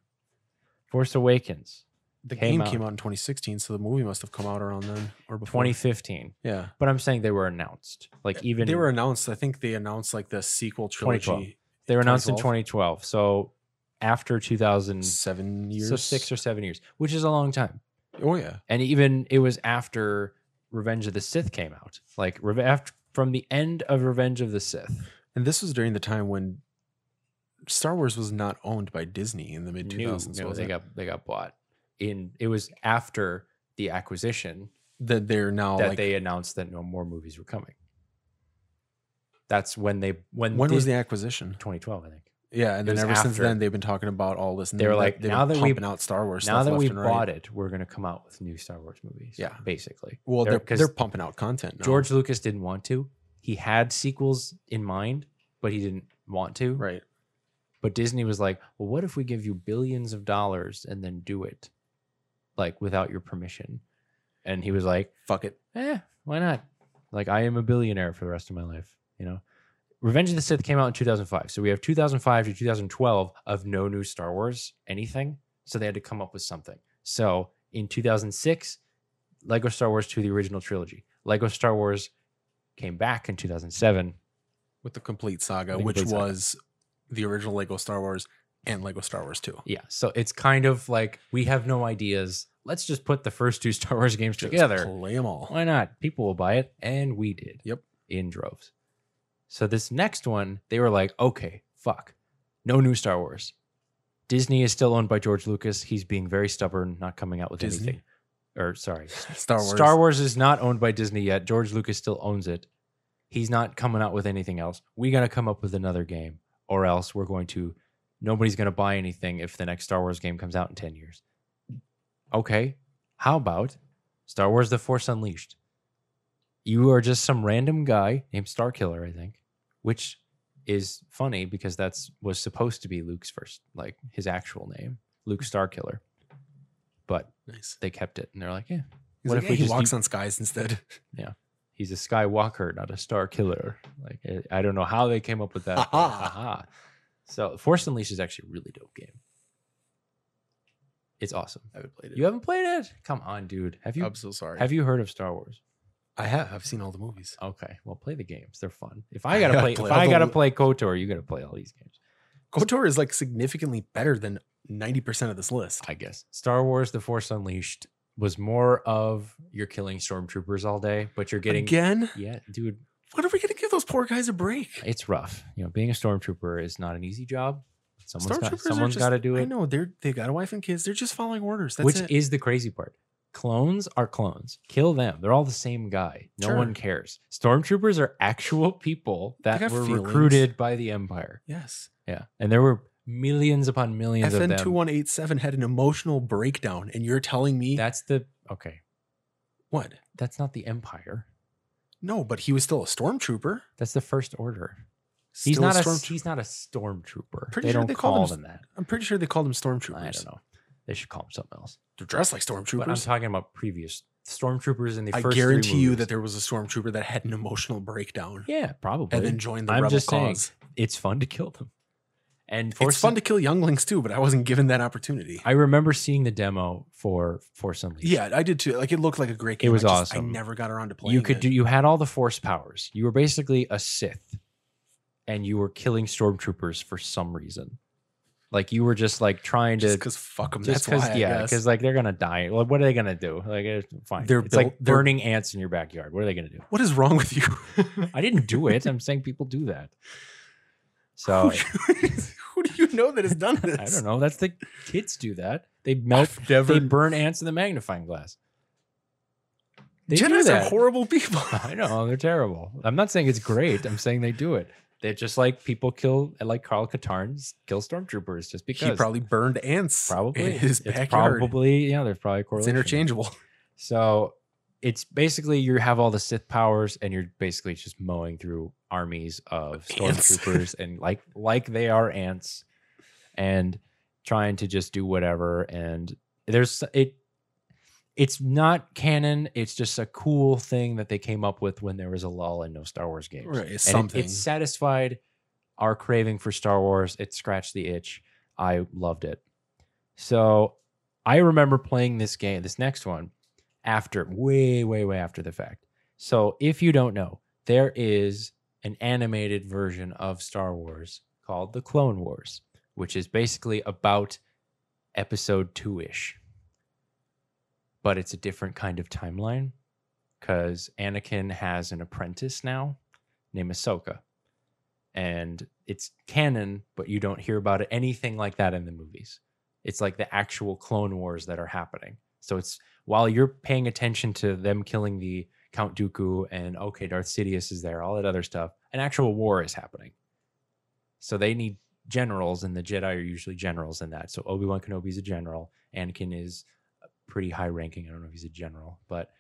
A: Force Awakens,
B: the
A: Came
B: game
A: out.
B: came out in 2016, so the movie must have come out around then or before.
A: 2015.
B: Yeah,
A: But I'm saying they were announced. Like even
B: they were announced. I think they announced like the sequel
A: 2012.
B: trilogy
A: they were announced in
B: 2012.
A: 2012. So after 2000,
B: seven years.
A: so six or seven years, which is a long time.
B: oh yeah,
A: And even it was after Revenge of the Sith came out. Like Reve- after, from the end of Revenge of the Sith.
B: and this was during the time when Star Wars was not owned by Disney in the mid
A: New-
B: 2000s.
A: no,
B: was
A: they
B: it?
A: got they got bought. In it was after the acquisition
B: that they're now
A: that
B: Oh, like
A: they announced that no more movies were coming. That's when they when
B: when was
A: Dis-
B: the acquisition?
A: 2012 I think.
B: Yeah, and
A: It
B: then
A: was
B: ever since
A: after.
B: then they've been talking about all this.
A: They were like,
B: they've
A: now
B: been
A: that we-
B: pumping out Star Wars.
A: now
B: stuff
A: that
B: left
A: we
B: and
A: bought
B: right.
A: it, we're going to come out with new Star Wars movies.
B: Yeah.
A: basically.
B: well,
A: They're-
B: they're
A: 'cause
B: they're pumping out content. Now.
A: George Lucas didn't want to. He had sequels in mind, but he didn't want to.
B: right?
A: But Disney was like, "Well, what if we give you billions of dollars and then do it, like without your permission?" And he was like,
B: Fuck it.
A: "Eh, why not? Like, I am a billionaire for the rest of my life, you know." Revenge of the Sith came out in 2005, so we have 2005 to 2012 of no new Star Wars anything. So they had to come up with something. So in 2006, Lego Star Wars 2: The Original Trilogy. Lego Star Wars came back in 2007
B: with the complete saga,
A: The
B: which
A: complete saga.
B: was the original Lego Star Wars and Lego Star Wars 2.
A: Yeah. So it's kind of like we have no ideas. Let's just put the first two [LAUGHS] Star Wars games
B: Just
A: together.
B: play them all.
A: Why not? People will buy it. And we did.
B: Yep.
A: In droves. So this next one, they were like, okay, fuck. No new Star Wars. Disney is still owned by George Lucas. He's being very stubborn, not coming out with
B: Disney?
A: anything. Or sorry,
B: Star Wars.
A: Star Wars is not owned by Disney yet. George Lucas still owns it. He's not coming out with anything else. We got to come up with another game, or else we're going to. Nobody's going to buy anything if the next Star Wars game comes out in 10 years. Okay. How about Star Wars The Force Unleashed? You are just some random guy named Star Killer, I think, which is funny because that's was supposed to be Luke's first, like his actual name, Luke Starkiller. But
B: Nice.
A: they kept it and they're like, yeah,
B: He's
A: What
B: like,
A: if
B: "Yeah,
A: we
B: he
A: just
B: walks
A: do-
B: on skies instead?
A: he's a skywalker not a star killer like eh, I- i don't know how they came up with that but
B: Aha.
A: aha. so force unleashed is actually a really dope game it's awesome
B: I haven't played it.
A: you haven't played it come on dude have you
B: I'm so sorry.
A: have you heard of star wars
B: I have. I've seen all the movies.
A: [LAUGHS] okay well play the games they're fun if
B: [LAUGHS]
A: i gotta play, if
B: all
A: i
B: the
A: gotta
B: lo-
A: play kotor you gotta play all these games
B: KOTOR is like significantly better than 90% of this list.
A: i guess star wars the force unleashed was more of you're killing stormtroopers all day but you're getting
B: Again?
A: yeah dude
B: When are we going to give those poor guys a break?
A: it's rough you know being a stormtrooper is not an easy job someone's got
B: Stormtroopers are
A: someone's
B: just-
A: got to do
B: I
A: it
B: know. They're, they've got a wife and kids. They're just following orders. That's
A: which
B: it.
A: is the crazy part. Clones are clones. Kill them. They're all the same guy. No
B: Sure.
A: one cares. Stormtroopers are actual people that were
B: got feelings.
A: recruited by the Empire.
B: yes.
A: Yeah, and there were millions upon millions of them.
B: FN2187 had an emotional breakdown, and you're telling me
A: That's the okay.
B: what?
A: That's not the Empire.
B: No, but he was still a stormtrooper.
A: That's the First Order.
B: Still
A: He's not a,
B: stormtrooper.
A: he's not a stormtrooper.
B: Pretty
A: they
B: sure
A: don't
B: they call
A: call
B: them
A: them that.
B: I'm pretty sure they called him stormtroopers.
A: I don't know. They should call them something else.
B: They're dressed like
A: But I'm
B: stormtroopers.
A: talking about previous stormtroopers in the
B: I
A: first. three
B: guarantee you
A: movies.
B: that there was a stormtrooper that had an emotional breakdown
A: yeah, probably.
B: and then joined the
A: I'm
B: rebel
A: just saying,
B: cause.
A: it's fun to kill them. And
B: It's fun to kill younglings too, but I wasn't given that opportunity.
A: I remember seeing the demo for Force Unleashed.
B: yeah, I did too. Like it looked like a great game.
A: was
B: I just- I
A: awesome.
B: never got around to playing.
A: you could
B: it.
A: do. You had all the Force powers. You were basically a Sith, and you were killing stormtroopers for some reason. Like you were just like trying
B: just
A: to.
B: because fuck them.
A: Just
B: That's
A: because,
B: why.
A: yeah,
B: Yeah,
A: because like they're gonna die. Like, what are they gonna do? Like, it's fine.
B: They're
A: it's like
B: built- they're-
A: burning ants in your backyard. What are they gonna do?
B: what is wrong with you? [LAUGHS]
A: I didn't do it. I'm saying people do that. So
B: who do you know that has done
A: [LAUGHS]
B: this?
A: I don't know. That's the kids do that. They melt.
B: I've never.
A: They burn ants in the magnifying glass. They do
B: Jedi's are
A: that.
B: horrible people.
A: [LAUGHS] I know they're terrible. I'm not saying it's great. I'm saying they do it. They're just like people kill, like Carl Katarn's kill stormtroopers just because.
B: he probably burned ants.
A: probably
B: in his
A: It's
B: backyard.
A: Probably yeah. There's probably a
B: it's
A: correlation.
B: interchangeable.
A: So it's basically you have all the Sith powers, and you're basically just mowing through armies of
B: [LAUGHS] Ants.
A: stormtroopers, and like like they are ants, and trying to just do whatever. And there's it. It's not canon. It's just a cool thing that they came up with when there was a lull and no Star Wars games.
B: [LAUGHS] Right, it's
A: And it-
B: something.
A: it satisfied our craving for Star Wars. It scratched the itch. I loved it. So I remember playing this game, this next one, after way, way, way after the fact. So if you don't know, there is an animated version of Star Wars called The Clone Wars, which is basically about episode two ish. But it's a different kind of timeline because Anakin has an apprentice now named Ahsoka. And it's canon, but you don't hear about it, anything like that in the movies. It's like the actual Clone Wars that are happening. So it's while you're paying attention to them killing the Count Dooku and okay, Darth Sidious is there, all that other stuff, an actual war is happening. So they need generals, and the Jedi are usually generals in that. So Obi Wan Kenobi is a general. Anakin is pretty high ranking. I don't know if he's a general, but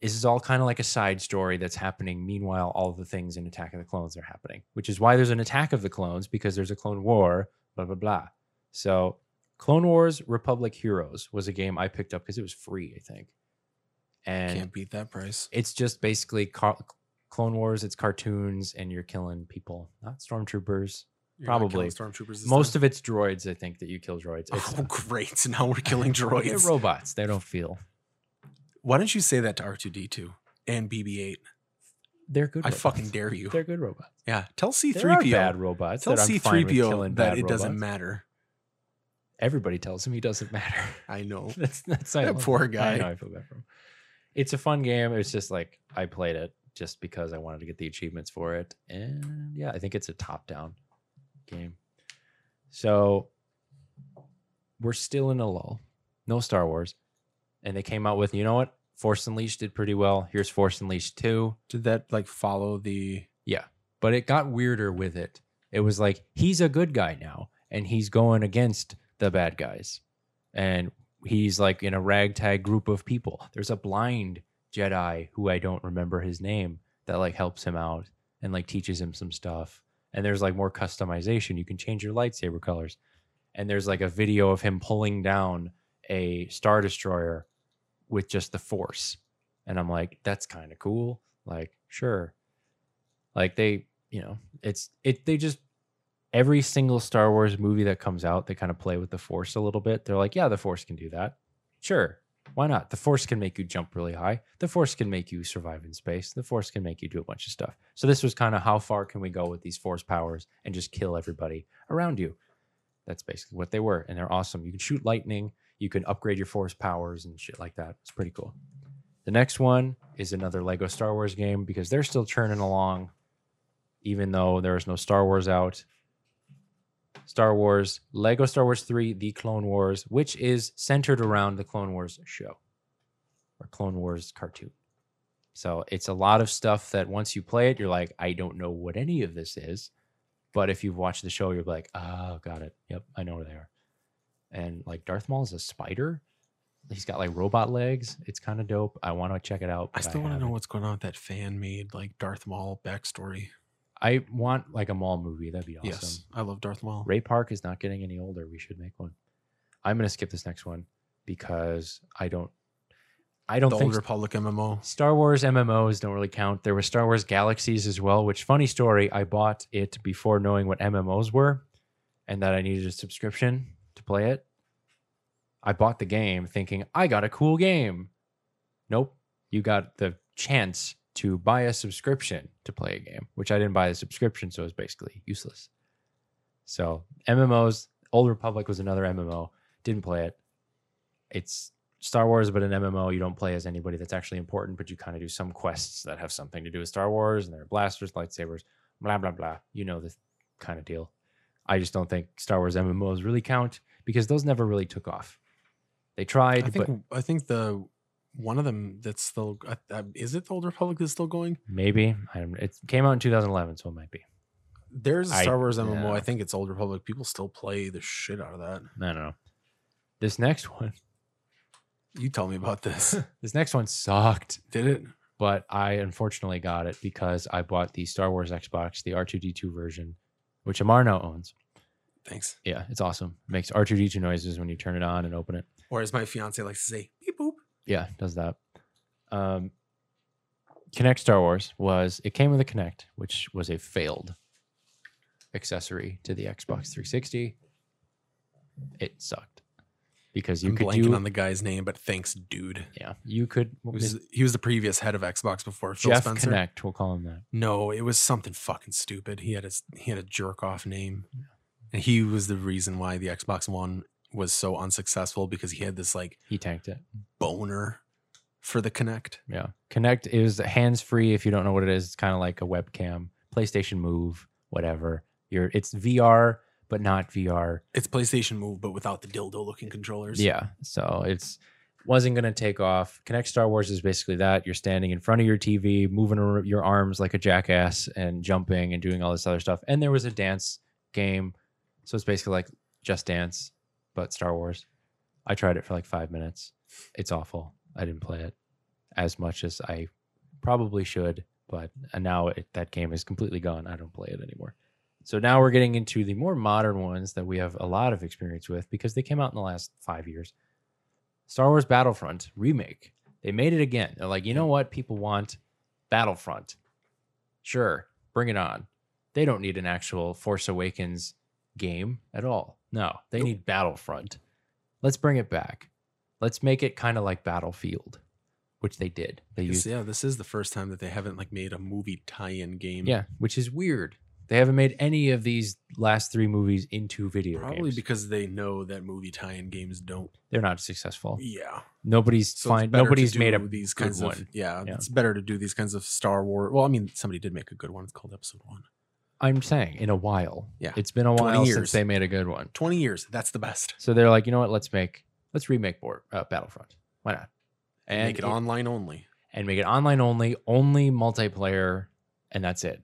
A: this is all kind of like a side story that's happening. Meanwhile, all the things in Attack of the Clones are happening, which is why there's an Attack of the Clones because there's a Clone War, blah, blah, blah. So Clone Wars Republic Heroes was a game I picked up because it was free, I think. And
B: Can't beat that price.
A: it's just basically car- Clone Wars, it's cartoons, and you're killing people, not stormtroopers.
B: You're not killing
A: probably.
B: stormtroopers. this
A: Most
B: time?
A: of it's droids, I think, that you kill droids. It's,
B: [LAUGHS] Oh,
A: uh,
B: great! Now we're killing
A: [LAUGHS] They're
B: droids.
A: robots. They don't feel.
B: Why don't you say that to R two D two and BB eight?
A: They're good.
B: I
A: robots.
B: fucking dare you.
A: They're good robots.
B: Yeah, tell C
A: There are
B: three
A: bad
B: PO.
A: robots.
B: Tell
A: that I'm
B: C
A: fine
B: three
A: with
B: PO
A: killing
B: that
A: bad
B: it doesn't
A: robots.
B: matter.
A: Everybody tells him he doesn't matter. [LAUGHS]
B: I know.
A: that's that's how I
B: That
A: love
B: poor
A: him. I
B: guy.
A: know I feel bad for him. It's a fun game. It's just like I played it just because I wanted to get the achievements for it, and yeah, I think it's a top-down game. So we're still in a lull. No Star Wars, and they came out with you know what? Force Unleashed did pretty well. Here's Force Unleashed two.
B: Did that like follow the?
A: Yeah. But it got weirder with it. It was like he's a good guy now and he's going against the bad guys. And he's like in a ragtag group of people. There's a blind Jedi who I don't remember his name that like helps him out and like teaches him some stuff. And there's like more customization. You can change your lightsaber colors. And there's like a video of him pulling down a star destroyer with just the force. And I'm like, that's kind of cool. Like, sure like they you know it's it they just every single star wars movie that comes out they kind of play with the force a little bit they're like yeah the force can do that sure why not the force can make you jump really high the force can make you survive in space the force can make you do a bunch of stuff so this was kind of how far can we go with these force powers and just kill everybody around you that's basically what they were and they're awesome you can shoot lightning you can upgrade your force powers and shit like that it's pretty cool the next one is another lego star wars game because they're still churning along even though there is no Star Wars out. Star Wars, Lego Star Wars 3, The Clone Wars, which is centered around the Clone Wars show or Clone Wars cartoon. So it's a lot of stuff that once you play it, you're like, I don't know what any of this is. But if you've watched the show, you're like, oh, got it. Yep, I know where they are. And like Darth Maul is a spider. He's got like robot legs. It's kind of dope. I want to check it out.
B: I
A: but
B: still want to know
A: haven't.
B: what's going on with that fan made like Darth Maul backstory.
A: I want like a Maul movie. That'd be awesome.
B: Yes, I love Darth Maul.
A: Ray Park is not getting any older. We should make one. I'm gonna skip this next one because I don't. I don't
B: the
A: think
B: old Republic MMO.
A: Star Wars MMOs don't really count. There were Star Wars Galaxies as well. Which funny story, I bought it before knowing what MMOs were, and that I needed a subscription to play it. I bought the game thinking I got a cool game. Nope, you got the chance to buy a subscription to play a game, which I didn't buy the subscription, so it was basically useless. So MMOs, Old Republic was another MMO. Didn't play it. It's Star Wars, but an MMO. You don't play as anybody that's actually important, but you kind of do some quests that have something to do with Star Wars, and there are blasters, lightsabers, blah blah blah. You know this kind of deal. I just don't think Star Wars MMOs really count because those never really took off. They
B: I
A: tried,
B: think
A: but
B: I think the one of them that's still I, I, is it the old Republic that's still going.
A: maybe I don't- it came out in 2011, so it might be.
B: There's a
A: I-
B: Star Wars MMO. I
A: yeah.
B: think it's Old Republic. People still play the shit out of that.
A: I don't know. This next one, [LAUGHS]
B: You tell me about this.
A: this next one sucked.
B: Did it?
A: but I unfortunately got it because I bought the Star Wars Xbox, the R2D2 version, which Amar now owns.
B: Thanks.
A: Yeah, it's awesome. makes R2D2 noises when you turn it on and open it.
B: Or as my fiance likes to say, beep boop.
A: Yeah, it does that. Um, Connect Star Wars was it came with a Connect, which was a failed accessory to the Xbox 360. It sucked. because you
B: I'm
A: could
B: blanking
A: do
B: on the guy's name, but thanks, dude.
A: yeah you could
B: He was, he was the previous head of Xbox before Phil
A: Jeff
B: Spencer.
A: Connect we'll call him that
B: No, it was something fucking stupid. He had a he had a jerk off name, and he was the reason why the Xbox One was so unsuccessful because he had this like
A: he tanked it
B: boner for the Connect.
A: yeah Connect is hands free if you don't know what it is it's kind of like a webcam PlayStation Move whatever you're it's VR but not VR
B: It's PlayStation Move, but without the dildo looking controllers.
A: Yeah. So it's wasn't going to take off. Connect Star Wars is basically that. You're standing in front of your TV, moving ar- your arms like a jackass and jumping and doing all this other stuff. And there was a dance game. So it's basically like Just Dance, but Star Wars. I tried it for like five minutes. It's awful. I didn't play it as much as I probably should, but and now it, that game is completely gone. I don't play it anymore. So now we're getting into the more modern ones that we have a lot of experience with because they came out in the last five years. Star Wars Battlefront remake. They made it again. They're like, you know what? People want Battlefront. Sure, bring it on. They don't need an actual Force Awakens game at all. No, they
B: Nope.
A: need Battlefront. Let's bring it back. Let's make it kind of like Battlefield, which they did. They
B: This-
A: used
B: yeah. This is the first time that they haven't like made a movie tie-in game.
A: yeah, which is weird. They haven't made any of these last three movies into video
B: probably
A: games.
B: because they know that movie tie-in games don't.
A: They're not successful.
B: Yeah,
A: Nobody's
B: So it's
A: fine.
B: better to
A: Nobody's made a
B: do these
A: good
B: kinds of
A: one.
B: Yeah,
A: Yeah.
B: it's better to do these kinds of Star Wars. Well, I mean, somebody did make a good one. It's called Episode One.
A: I'm saying in a while.
B: Yeah.
A: It's been a
B: 20
A: while
B: years.
A: since they made a good one.
B: Twenty years. That's the best.
A: So they're like, you know what? Let's make, let's remake board, uh, Battlefront. Why not? And
B: make it online only.
A: and make it online only, only multiplayer, and that's it.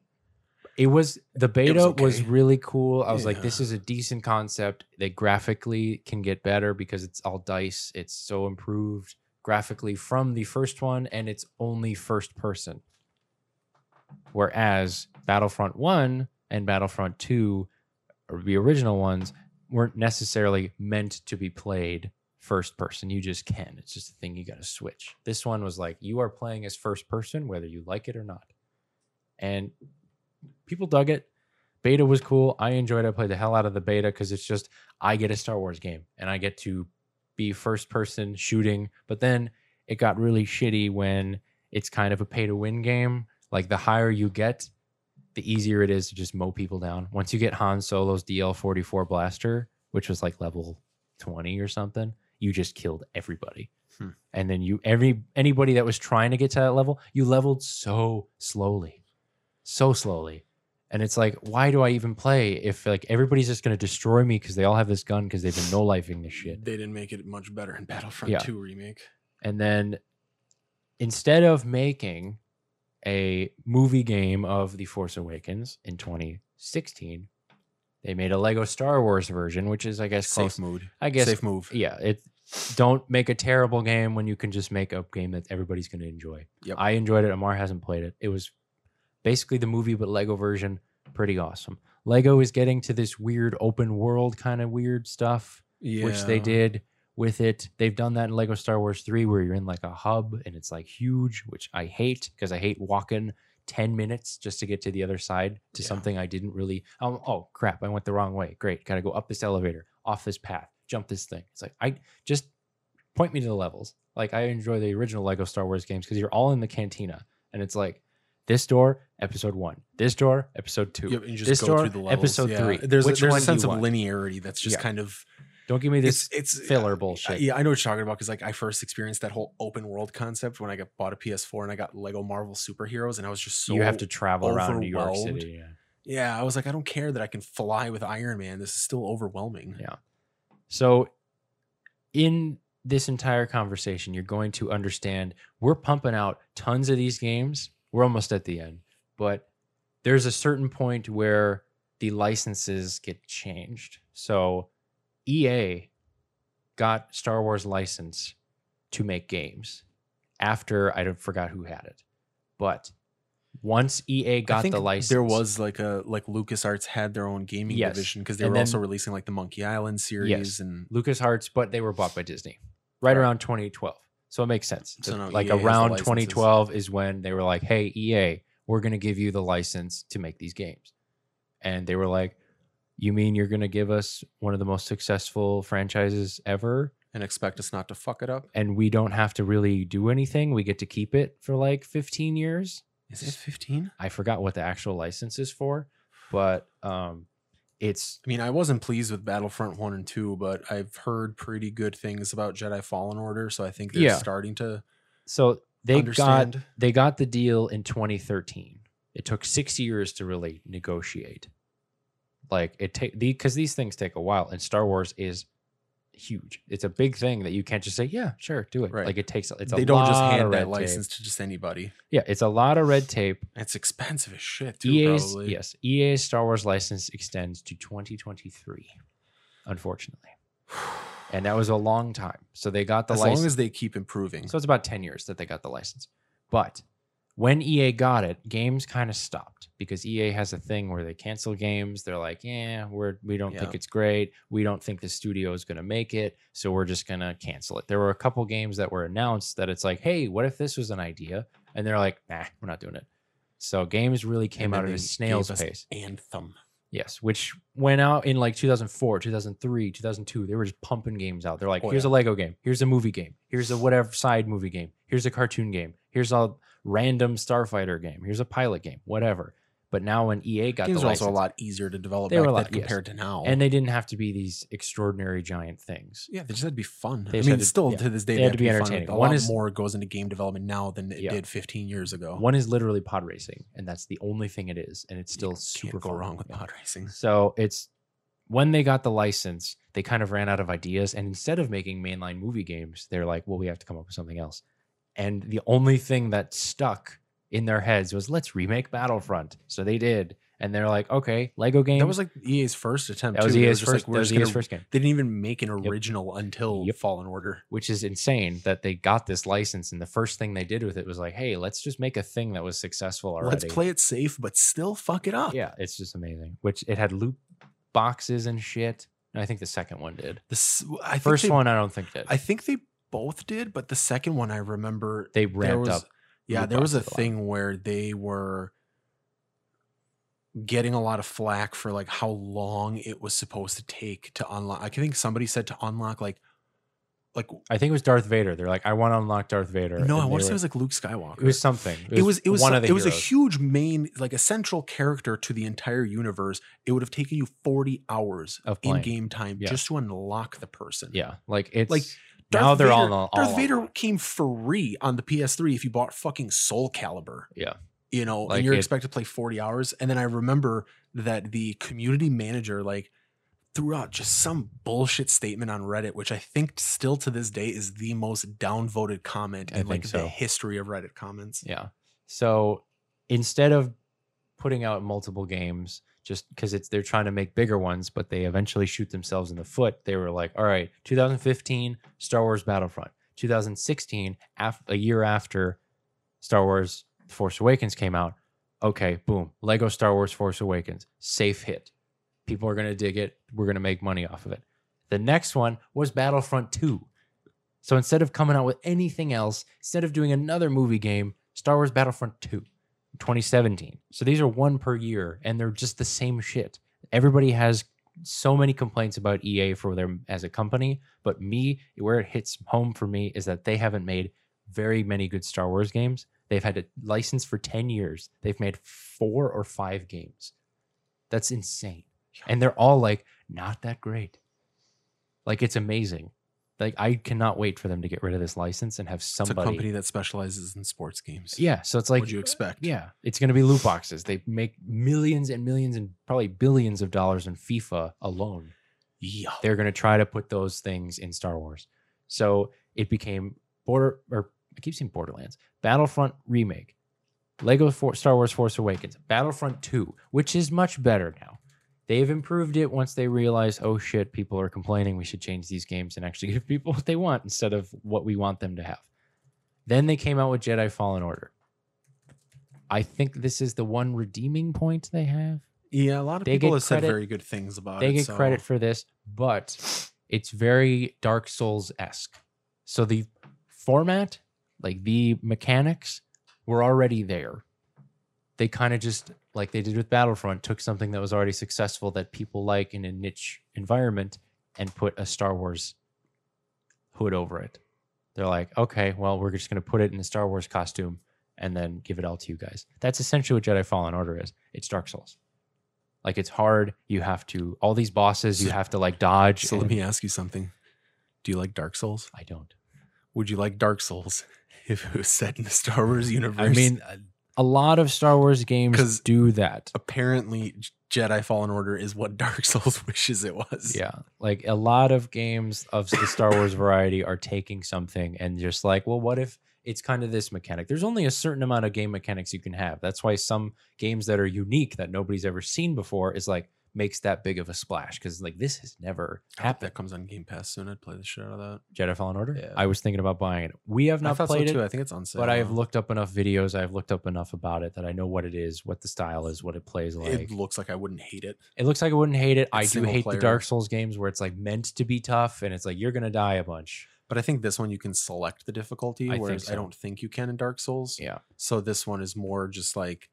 A: It was the beta was,
B: okay.
A: really cool. I was like,
B: Yeah.
A: this is a decent concept. They graphically can get better because it's all dice. It's so improved graphically from the first one, and it's only first person. Whereas Battlefront 1 and Battlefront 2, or the original ones, weren't necessarily meant to be played first person. You just can. It's just a thing you got to switch. This one was like, you are playing as first person, whether you like it or not. And people dug it. Beta was cool. I enjoyed it. I played the hell out of the beta because it's just, I get a Star Wars game and I get to be first person shooting. But then it got really shitty when it's kind of a pay to win game. Like the higher you get, the easier it is to just mow people down. Once you get Han Solo's DL 44 blaster, which was like level 20 or something, you just killed everybody.
B: Hmm.
A: And then you, every, anybody that was trying to get to that level, you leveled so slowly, so slowly. And it's like, why do I even play if like everybody's just going to destroy me because they all have this gun because they've been no lifing this shit?
B: They didn't make it much better in Battlefront
A: Yeah.
B: 2 remake.
A: And then instead of making a movie game of The Force Awakens in 2016, they made a Lego Star Wars version, which is, I guess, close.
B: Safe mood.
A: I guess,
B: Safe move.
A: yeah. It don't make a terrible game when you can just make a game that everybody's going to enjoy.
B: Yep.
A: I enjoyed it. Amar hasn't played it. It was basically the movie but Lego version. Pretty awesome. Lego is getting to this weird open world kind of weird stuff
B: Yeah.
A: which they did with it. They've done that in Lego Star Wars 3 where you're in like a hub and it's like huge, which I hate because I hate walking 10 minutes just to get to the other side to
B: Yeah.
A: something I didn't really um, oh crap, I went the wrong way. Great. Got to go up this elevator, off this path, jump this thing. It's like I just point me to the levels. Like I enjoy the original Lego Star Wars games cuz you're all in the cantina and it's like this door, episode 1. This door, episode 2.
B: Yep, and you just
A: this
B: go
A: door,
B: through the levels.
A: episode
B: yeah.
A: three.
B: There's,
A: Which
B: a, there's
A: one
B: a
A: do
B: sense
A: you
B: of
A: want?
B: linearity that's just
A: Yeah.
B: kind of
A: Don't give me this
B: it's it's
A: filler
B: I-
A: bullshit.
B: Yeah, I know what you're talking about because like I first experienced that whole open world concept when I got bought a PS4 and I got Lego Marvel superheroes and I was just so
A: you have to travel around New York
B: overwhelmed.
A: City. yeah.
B: Yeah, I was like, I don't care that I can fly with Iron Man. This is still overwhelming.
A: Yeah. So, in this entire conversation, you're going to understand we're pumping out tons of these games. We're almost at the end, but there's a certain point where the licenses get changed. So, EA got Star Wars license to make games after I don't forgot who had it, but once EA
B: I
A: got
B: think
A: the license,
B: There was like a like LucasArts had their own gaming
A: Yes.
B: division because they
A: And
B: were
A: then-
B: also releasing like the Monkey Island series and
A: LucasArts, but they were bought by Disney right,
B: Right.
A: around 2012. So it makes sense.
B: So
A: that,
B: now
A: like
B: EA has the
A: around
B: licenses.
A: 2012 is when they were like, hey, EA, we're going to give you the license to make these games. And they were like, you mean you're going to give us one of the most successful franchises ever?
B: and expect us not to fuck it up.
A: and we don't have to really do anything. We get to keep it for like 15 years.
B: Is it 15?
A: I forgot what the actual license is for, but um, it's
B: I mean, I wasn't pleased with Battlefront 1 and 2, but I've heard pretty good things about Jedi Fallen Order, so I think they're
A: Yeah.
B: starting to
A: so they got
B: understand.
A: they got the deal in 2013. It took six years to really negotiate. Like it take the because these things take a while, and Star Wars is huge. It's a big thing that you can't just say, "Yeah, sure, do it."
B: Right.
A: Like it takes. It's
B: they
A: a
B: don't just
A: lot of
B: hand
A: red
B: that
A: tape.
B: license to just anybody.
A: Yeah, it's a lot of red tape.
B: It's expensive as shit, too,
A: EA's
B: probably. [SIGHS]
A: yes, EA's Star Wars license extends to 2023, unfortunately, and that was a long time. So they got the
B: as
A: license.
B: long as they keep improving.
A: So it's about 10 years that they got the license. But when EA got it, games kind of stopped because EA has a thing where they cancel games. They're like, yeah, we're, we don't think
B: Yeah.
A: it's great. We don't think the studio is going to make it. So we're just going to cancel it. There were a couple games that were announced that it's like, hey, what if this was an idea? And they're like, nah, we're not doing it. So games really came
B: And
A: out
B: then
A: at
B: they
A: a snail's
B: gave us
A: pace.
B: Anthem.
A: Yes, which went out in like 2004, 2003, 2002. They were just pumping games out. They're like,
B: Oh,
A: here's a
B: yeah.
A: Lego game, here's a movie game, here's a whatever side movie game, here's a cartoon game, here's a random starfighter game, here's a pilot game, whatever. But now when EA got
B: Games
A: the
B: are also a
A: license,
B: lot easier to develop
A: They
B: back
A: were a
B: then
A: lot- yes.
B: compared to now.
A: and they didn't have to be these extraordinary giant things.
B: yeah, they just had to be fun.
A: They
B: I
A: just
B: mean,
A: had to-
B: still
A: yeah.
B: to this day,
A: They
B: they
A: had
B: have to be, entertaining. Fun. Like, a
A: One
B: lot
A: is-
B: more goes into game development now than it
A: Yeah.
B: did 15 years ago.
A: One is literally pod racing, and that's the only thing it is, and it's still super
B: Can't go
A: fun.
B: wrong with
A: Yeah.
B: pod racing.
A: So it's when they got the license, they kind of ran out of ideas. And instead of making mainline movie games, they're like, well, we have to come up with something else. And the only thing that stuck in their heads was, let's remake Battlefront. So they did. And they're like, okay, Lego game.
B: That was like EA's first attempt.
A: that was
B: too. They were
A: EA's
B: just
A: first,
B: Like, we're
A: that was
B: just
A: EA's
B: gonna-
A: first game,
B: They didn't even make an
A: Yep.
B: original until
A: Yep.
B: Fallen Order.
A: which is insane that they got this license. And the first thing they did with it was like, hey, let's just make a thing that was successful already.
B: Let's play it safe, but still fuck it up.
A: Yeah, it's just amazing. Which it had loot boxes and shit. And I think the second one did.
B: The s- I think
A: First
B: they-
A: one, I don't think did.
B: I think they both did, but the second one I remember
A: they ramped
B: there was,
A: up.
B: Yeah,
A: loot
B: there was a
A: boxes a lot.
B: thing where they were getting a lot of flack for like how long it was supposed to take to unlock. I think somebody said to unlock like like
A: I think it was Darth Vader. They're like, I want to unlock Darth Vader.
B: no, I
A: and they
B: want to say
A: were-
B: it was like Luke Skywalker.
A: it was something.
B: it was it was
A: one
B: so-
A: of the
B: it was a
A: heroes.
B: huge main like a central character to the entire universe. It would have taken you 40 hours
A: Of
B: in
A: playing.
B: game time
A: Yeah.
B: just to unlock the person.
A: Yeah, like it's
B: Like,
A: like now they're
B: Vader,
A: all, all
B: Darth Vader
A: online.
B: came free on the PS3 if you bought fucking Soul Calibur.
A: Yeah.
B: You know,
A: Like,
B: and you're
A: it-
B: expected to play 40 hours. And then I remember that the community manager, like, threw out just some bullshit statement on Reddit, which I think still to this day is the most downvoted comment
A: I
B: in like
A: think
B: the
A: so.
B: history of Reddit comments.
A: Yeah. So instead of putting out multiple games, just because it's they're trying to make bigger ones, but they eventually shoot themselves in the foot. They were like, all right, 2015, Star Wars Battlefront. 2016, af- a year after Star Wars Force Awakens came out. Okay, boom. Lego Star Wars Force Awakens. Safe hit. People are going to dig it. We're going to make money off of it. The next one was Battlefront 2. So instead of coming out with anything else, instead of doing another movie game, Star Wars Battlefront 2, 2017. So these are one per year, and they're just the same shit. Everybody has so many complaints about EA for them as a company, but me, where it hits home for me is that they haven't made very many good Star Wars games. They've had a license for 10 years. They've made four or five games. That's insane. And they're all like, not that great. Like, it's amazing. Like, I cannot wait for them to get rid of this license and have
B: It's a
A: somebody.
B: company that specializes in sports games.
A: Yeah. So it's
B: What
A: like,
B: would you expect?
A: yeah, it's going to be loot boxes. They make millions and millions and probably billions of dollars in FIFA alone.
B: Yeah.
A: They're going to try to put those things in Star Wars. So it became Border, or I keep saying Borderlands, Battlefront Remake, Lego For- Star Wars Force Awakens, Battlefront 2, which is much better now. They've improved it once they realize, oh shit, people are complaining. We should change these games and actually [LAUGHS] give people what they want instead of what we want them to have. Then they came out with Jedi Fallen Order. I think this is the one redeeming point they have
B: Yeah. A lot of
A: They
B: people
A: get
B: have said
A: credit-
B: very good things about it.
A: they get
B: so-
A: credit for this, but it's very Dark Souls esque. So the format, like the mechanics, were already there. They kind of just like they did with Battlefront, took something that was already successful that people like in a niche environment and put a Star Wars hood over it. They're like, okay, well, we're just going to put it in the Star Wars costume and then give it all to you guys. That's essentially what Jedi Fallen Order is. It's Dark Souls. Like it's hard. You have to all these bosses. You
B: So-
A: have to like dodge.
B: So let
A: and-
B: me ask you something. Do you like Dark Souls?
A: I don't.
B: Would you like Dark Souls [LAUGHS] if it was set in the Star Wars universe?
A: I mean, a- a lot of Star Wars games
B: 'Cause-
A: do that.
B: apparently J- Jedi Fallen Order is what [LAUGHS] Dark Souls wishes it was.
A: Yeah, like a lot of games of the Star
B: [COUGHS]
A: Wars variety are taking something and just like, well, what if it's kind of this mechanic? There's only a certain amount of game mechanics you can have. That's why some games that are unique that nobody's ever seen before is like makes that big of a splash because like this has never
B: I hope that
A: happened.
B: comes on Game Pass soon. I'd play the shit out of that.
A: Jedi Fallen Order.
B: Yeah.
A: I was thinking about buying it. We have
B: I
A: not
B: thought so
A: played it.
B: too. I think it's on sale.
A: but I have
B: now.
A: looked up enough videos. I've looked up enough about it that I know what it is, what the style is, what it plays like.
B: it looks like I wouldn't hate it.
A: It looks like I wouldn't hate it. I do
B: single
A: hate
B: player.
A: the Dark Souls games where it's like meant to be tough and it's like you're gonna die a bunch.
B: But I think this one you can select the difficulty,
A: I think
B: whereas
A: so.
B: I don't think you can in Dark Souls.
A: Yeah.
B: So this one is more just like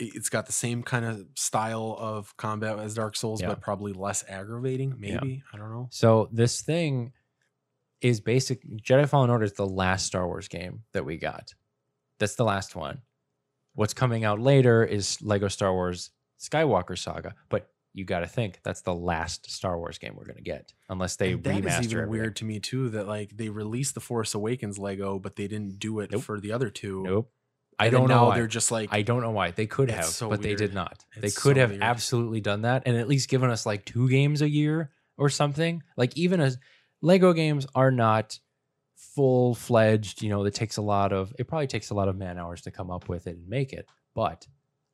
B: it- it's got the same kind of style of combat as Dark Souls,
A: Yeah.
B: but probably less aggravating.
A: Yeah.
B: Maybe I don't know.
A: So this thing is basic Jedi Fallen Order is the last Star Wars game that we got. That's the last one. What's coming out later is Lego Star Wars Skywalker Saga, but you got to think that's the last Star Wars game we're gonna get, unless they
B: And that
A: remaster
B: is even
A: everything.
B: weird to me too. That like they released the Force Awakens Lego, but they didn't do it
A: Nope.
B: for the other two.
A: Nope. I
B: And
A: don't
B: then
A: know.
B: now
A: why.
B: They're just like
A: I don't know why they could
B: It's
A: have,
B: so
A: but they
B: weird.
A: did not. they
B: It's
A: could
B: so
A: have
B: weird.
A: absolutely done that and at least given us like two games a year or something. Like even as Lego games are not full fledged, you know, it takes a lot of it probably takes a lot of man hours to come up with it and make it. But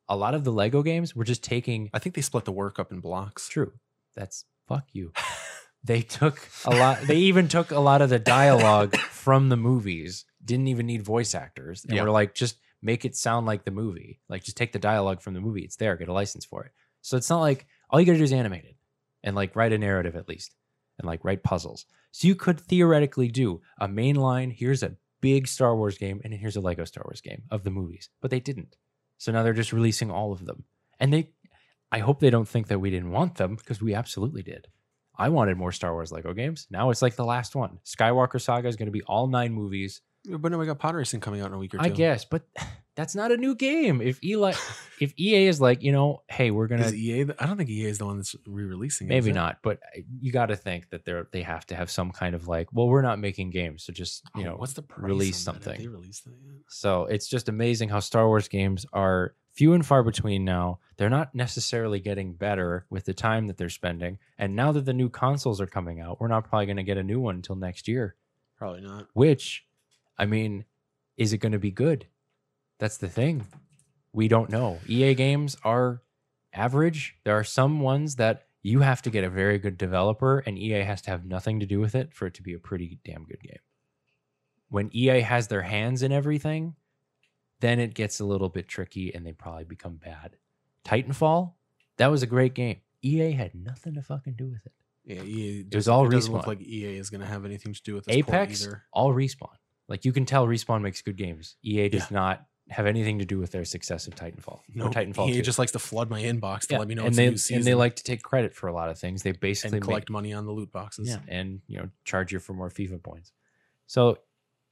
A: a lot of the Lego games were just taking
B: I think they split the work up in blocks.
A: true. That's fuck you. They took a lot they even took a lot of the dialogue from the movies, didn't even need voice actors. And
B: Yeah.
A: we're like, just make it sound like the movie. Like just take the dialogue from the movie. It's there, get a license for it. So it's not like all you gotta do is animate it and like write a narrative at least and like write puzzles. So you could theoretically do a main line, here's a big Star Wars game, and here's a Lego Star Wars game of the movies. But they didn't. So now they're just releasing all of them. And they I hope they don't think that we didn't want them because we absolutely did. I wanted more Star Wars Lego games. Now it's like the last one. Skywalker Saga is going to be all nine movies.
B: But no, we got Pod Racing coming out in a week or two.
A: I guess, but [SIGHS] that's not a new game. If Eli, if EA is like, you know, hey, we're gonna
B: [LAUGHS] Is E EA? The, I don't think EA is the one that's re-releasing. it, is
A: maybe
B: it?
A: not, but uh, you got to think that they're they have to have some kind of like, well, we're not making games, so just you
B: Oh,
A: know,
B: what's the price
A: release
B: on that? Have
A: something.
B: They released that yet?
A: So it's just amazing how Star Wars games are few and far between now. They're not necessarily getting better with the time that they're spending. And now that the new consoles are coming out, we're not probably going to get a new one until next year,
B: Probably not.
A: which, I mean, is it going to be good? That's the thing. We don't know. EA games are average. There are some ones that you have to get a very good developer, and EA has to have nothing to do with it for it to be a pretty damn good game. When EA has their hands in everything, then it gets a little bit tricky and they probably become bad. Titanfall, that was a great game. EA had nothing to fucking do with it.
B: Yeah, EA. It
A: was all
B: It doesn't
A: Respawn.
B: look like EA is going to have anything to do with this port
A: Apex,
B: either.
A: all respawn. Like you can tell, respawn makes good games. EA does not have anything to do with their success of Titanfall. No,
B: No,
A: Titanfall.
B: EA
A: 2.
B: E just likes to flood my inbox to
A: Yeah,
B: let me know
A: and
B: it's
A: they
B: a new season
A: and they like to take credit for a lot of things. They
B: and
A: basically make-
B: collect money on the loot boxes.
A: Yeah, and you know, charge you for more FIFA points. So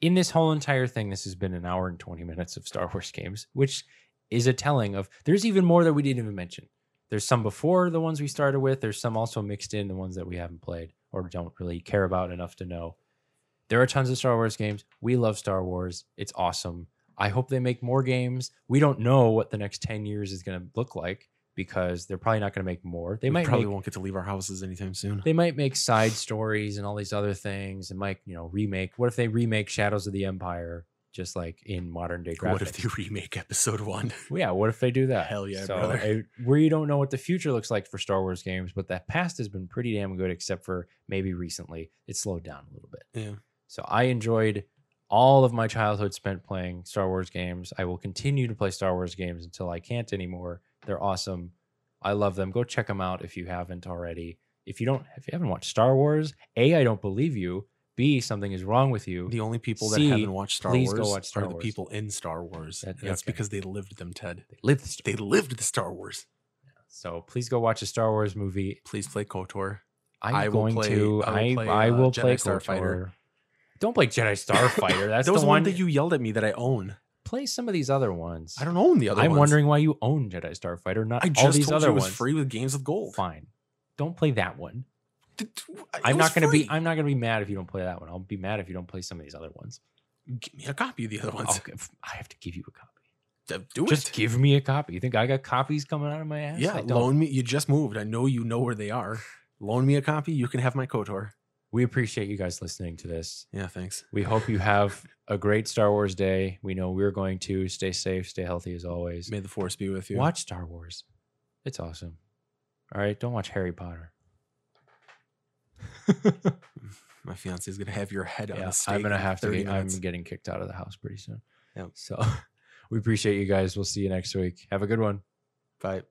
A: in this whole entire thing, this has been an hour and 20 minutes of Star Wars games, which is a telling of there's even more that we didn't even mention. There's some before the ones we started with, there's some also mixed in the ones that we haven't played or don't really care about enough to know. There are tons of Star Wars games. We love Star Wars. It's awesome. I hope they make more games. We don't know what the next 10 years is going to look like because they're probably not going to make more. They
B: We
A: might
B: probably
A: make
B: won't get to leave our houses anytime soon.
A: they might make side stories and all these other things and might you know remake what if they remake shadows of the empire just like in modern day graphics
B: What if they [LAUGHS] remake
A: [LAUGHS]
B: Episode One?
A: Well, yeah what if they do that
B: Hell yeah, brother.
A: I- where you don't know what the future looks like for star wars games but that past has been pretty damn good except for maybe recently it slowed down a little bit
B: Yeah.
A: so i enjoyed all of my childhood spent playing star wars games i will continue to play star wars games until i can't anymore they're awesome i love them go check them out if you haven't already if you don't if you haven't watched Star Wars, A, I don't believe you. B, something is wrong with you.
B: The only people that
A: See,
B: haven't watched Star
A: please
B: Wars
A: go watch Star
B: are the
A: Wars.
B: people in Star Wars.
A: That-
B: and that's
A: okay.
B: because they lived them, Ted.
A: They live the story.
B: They lived the Star Wars.
A: So please go watch a Star Wars movie.
B: Please play KOTOR.
A: I'm
B: I will
A: going
B: play-
A: to
B: I will
A: I
B: play,
A: I
B: uh,
A: will
B: Jedi
A: play
B: Starfighter.
A: KOTOR. don't play
B: [LAUGHS]
A: Jedi Starfighter. That's
B: that was
A: the
B: one
A: one
B: that you yelled at me that I own.
A: play some of these other ones.
B: I don't own the other.
A: I'm
B: ones.
A: wondering why you own Jedi Starfighter, not
B: I just
A: all these
B: told
A: other
B: you it was
A: ones.
B: free with games with gold.
A: Fine. Don't play that one.
B: Th- th- it
A: I'm
B: was
A: not gonna
B: free.
A: be I'm not gonna be mad if you don't play that one. I'll be mad if you don't play some of these other ones.
B: Give me a copy of the other ones. [LAUGHS]
A: I'll give- I have to give you a copy.
B: D- Do
A: Oh, Just
B: it.
A: give me a copy. You think I got copies coming out of my ass?
B: yeah,
A: I don't.
B: loan me. You just moved. I know you know where they are. Loan me a copy. You can have my Kotor.
A: We appreciate you guys listening to this.
B: Yeah, thanks.
A: We hope you have a great Star Wars day. We know we're going to stay safe, stay healthy as always.
B: May the force be with you.
A: Watch Star Wars. It's awesome. All right, don't watch Harry Potter.
B: [LAUGHS] My fiance is gonna have your head on
A: Yeah,
B: a stake.
A: I'm gonna
B: in
A: have to.
B: 30
A: Get, I'm
B: minutes.
A: getting kicked out of the house pretty soon.
B: Yep.
A: [LAUGHS] So we appreciate you guys. We'll see you next week. Have a good one.
B: Bye.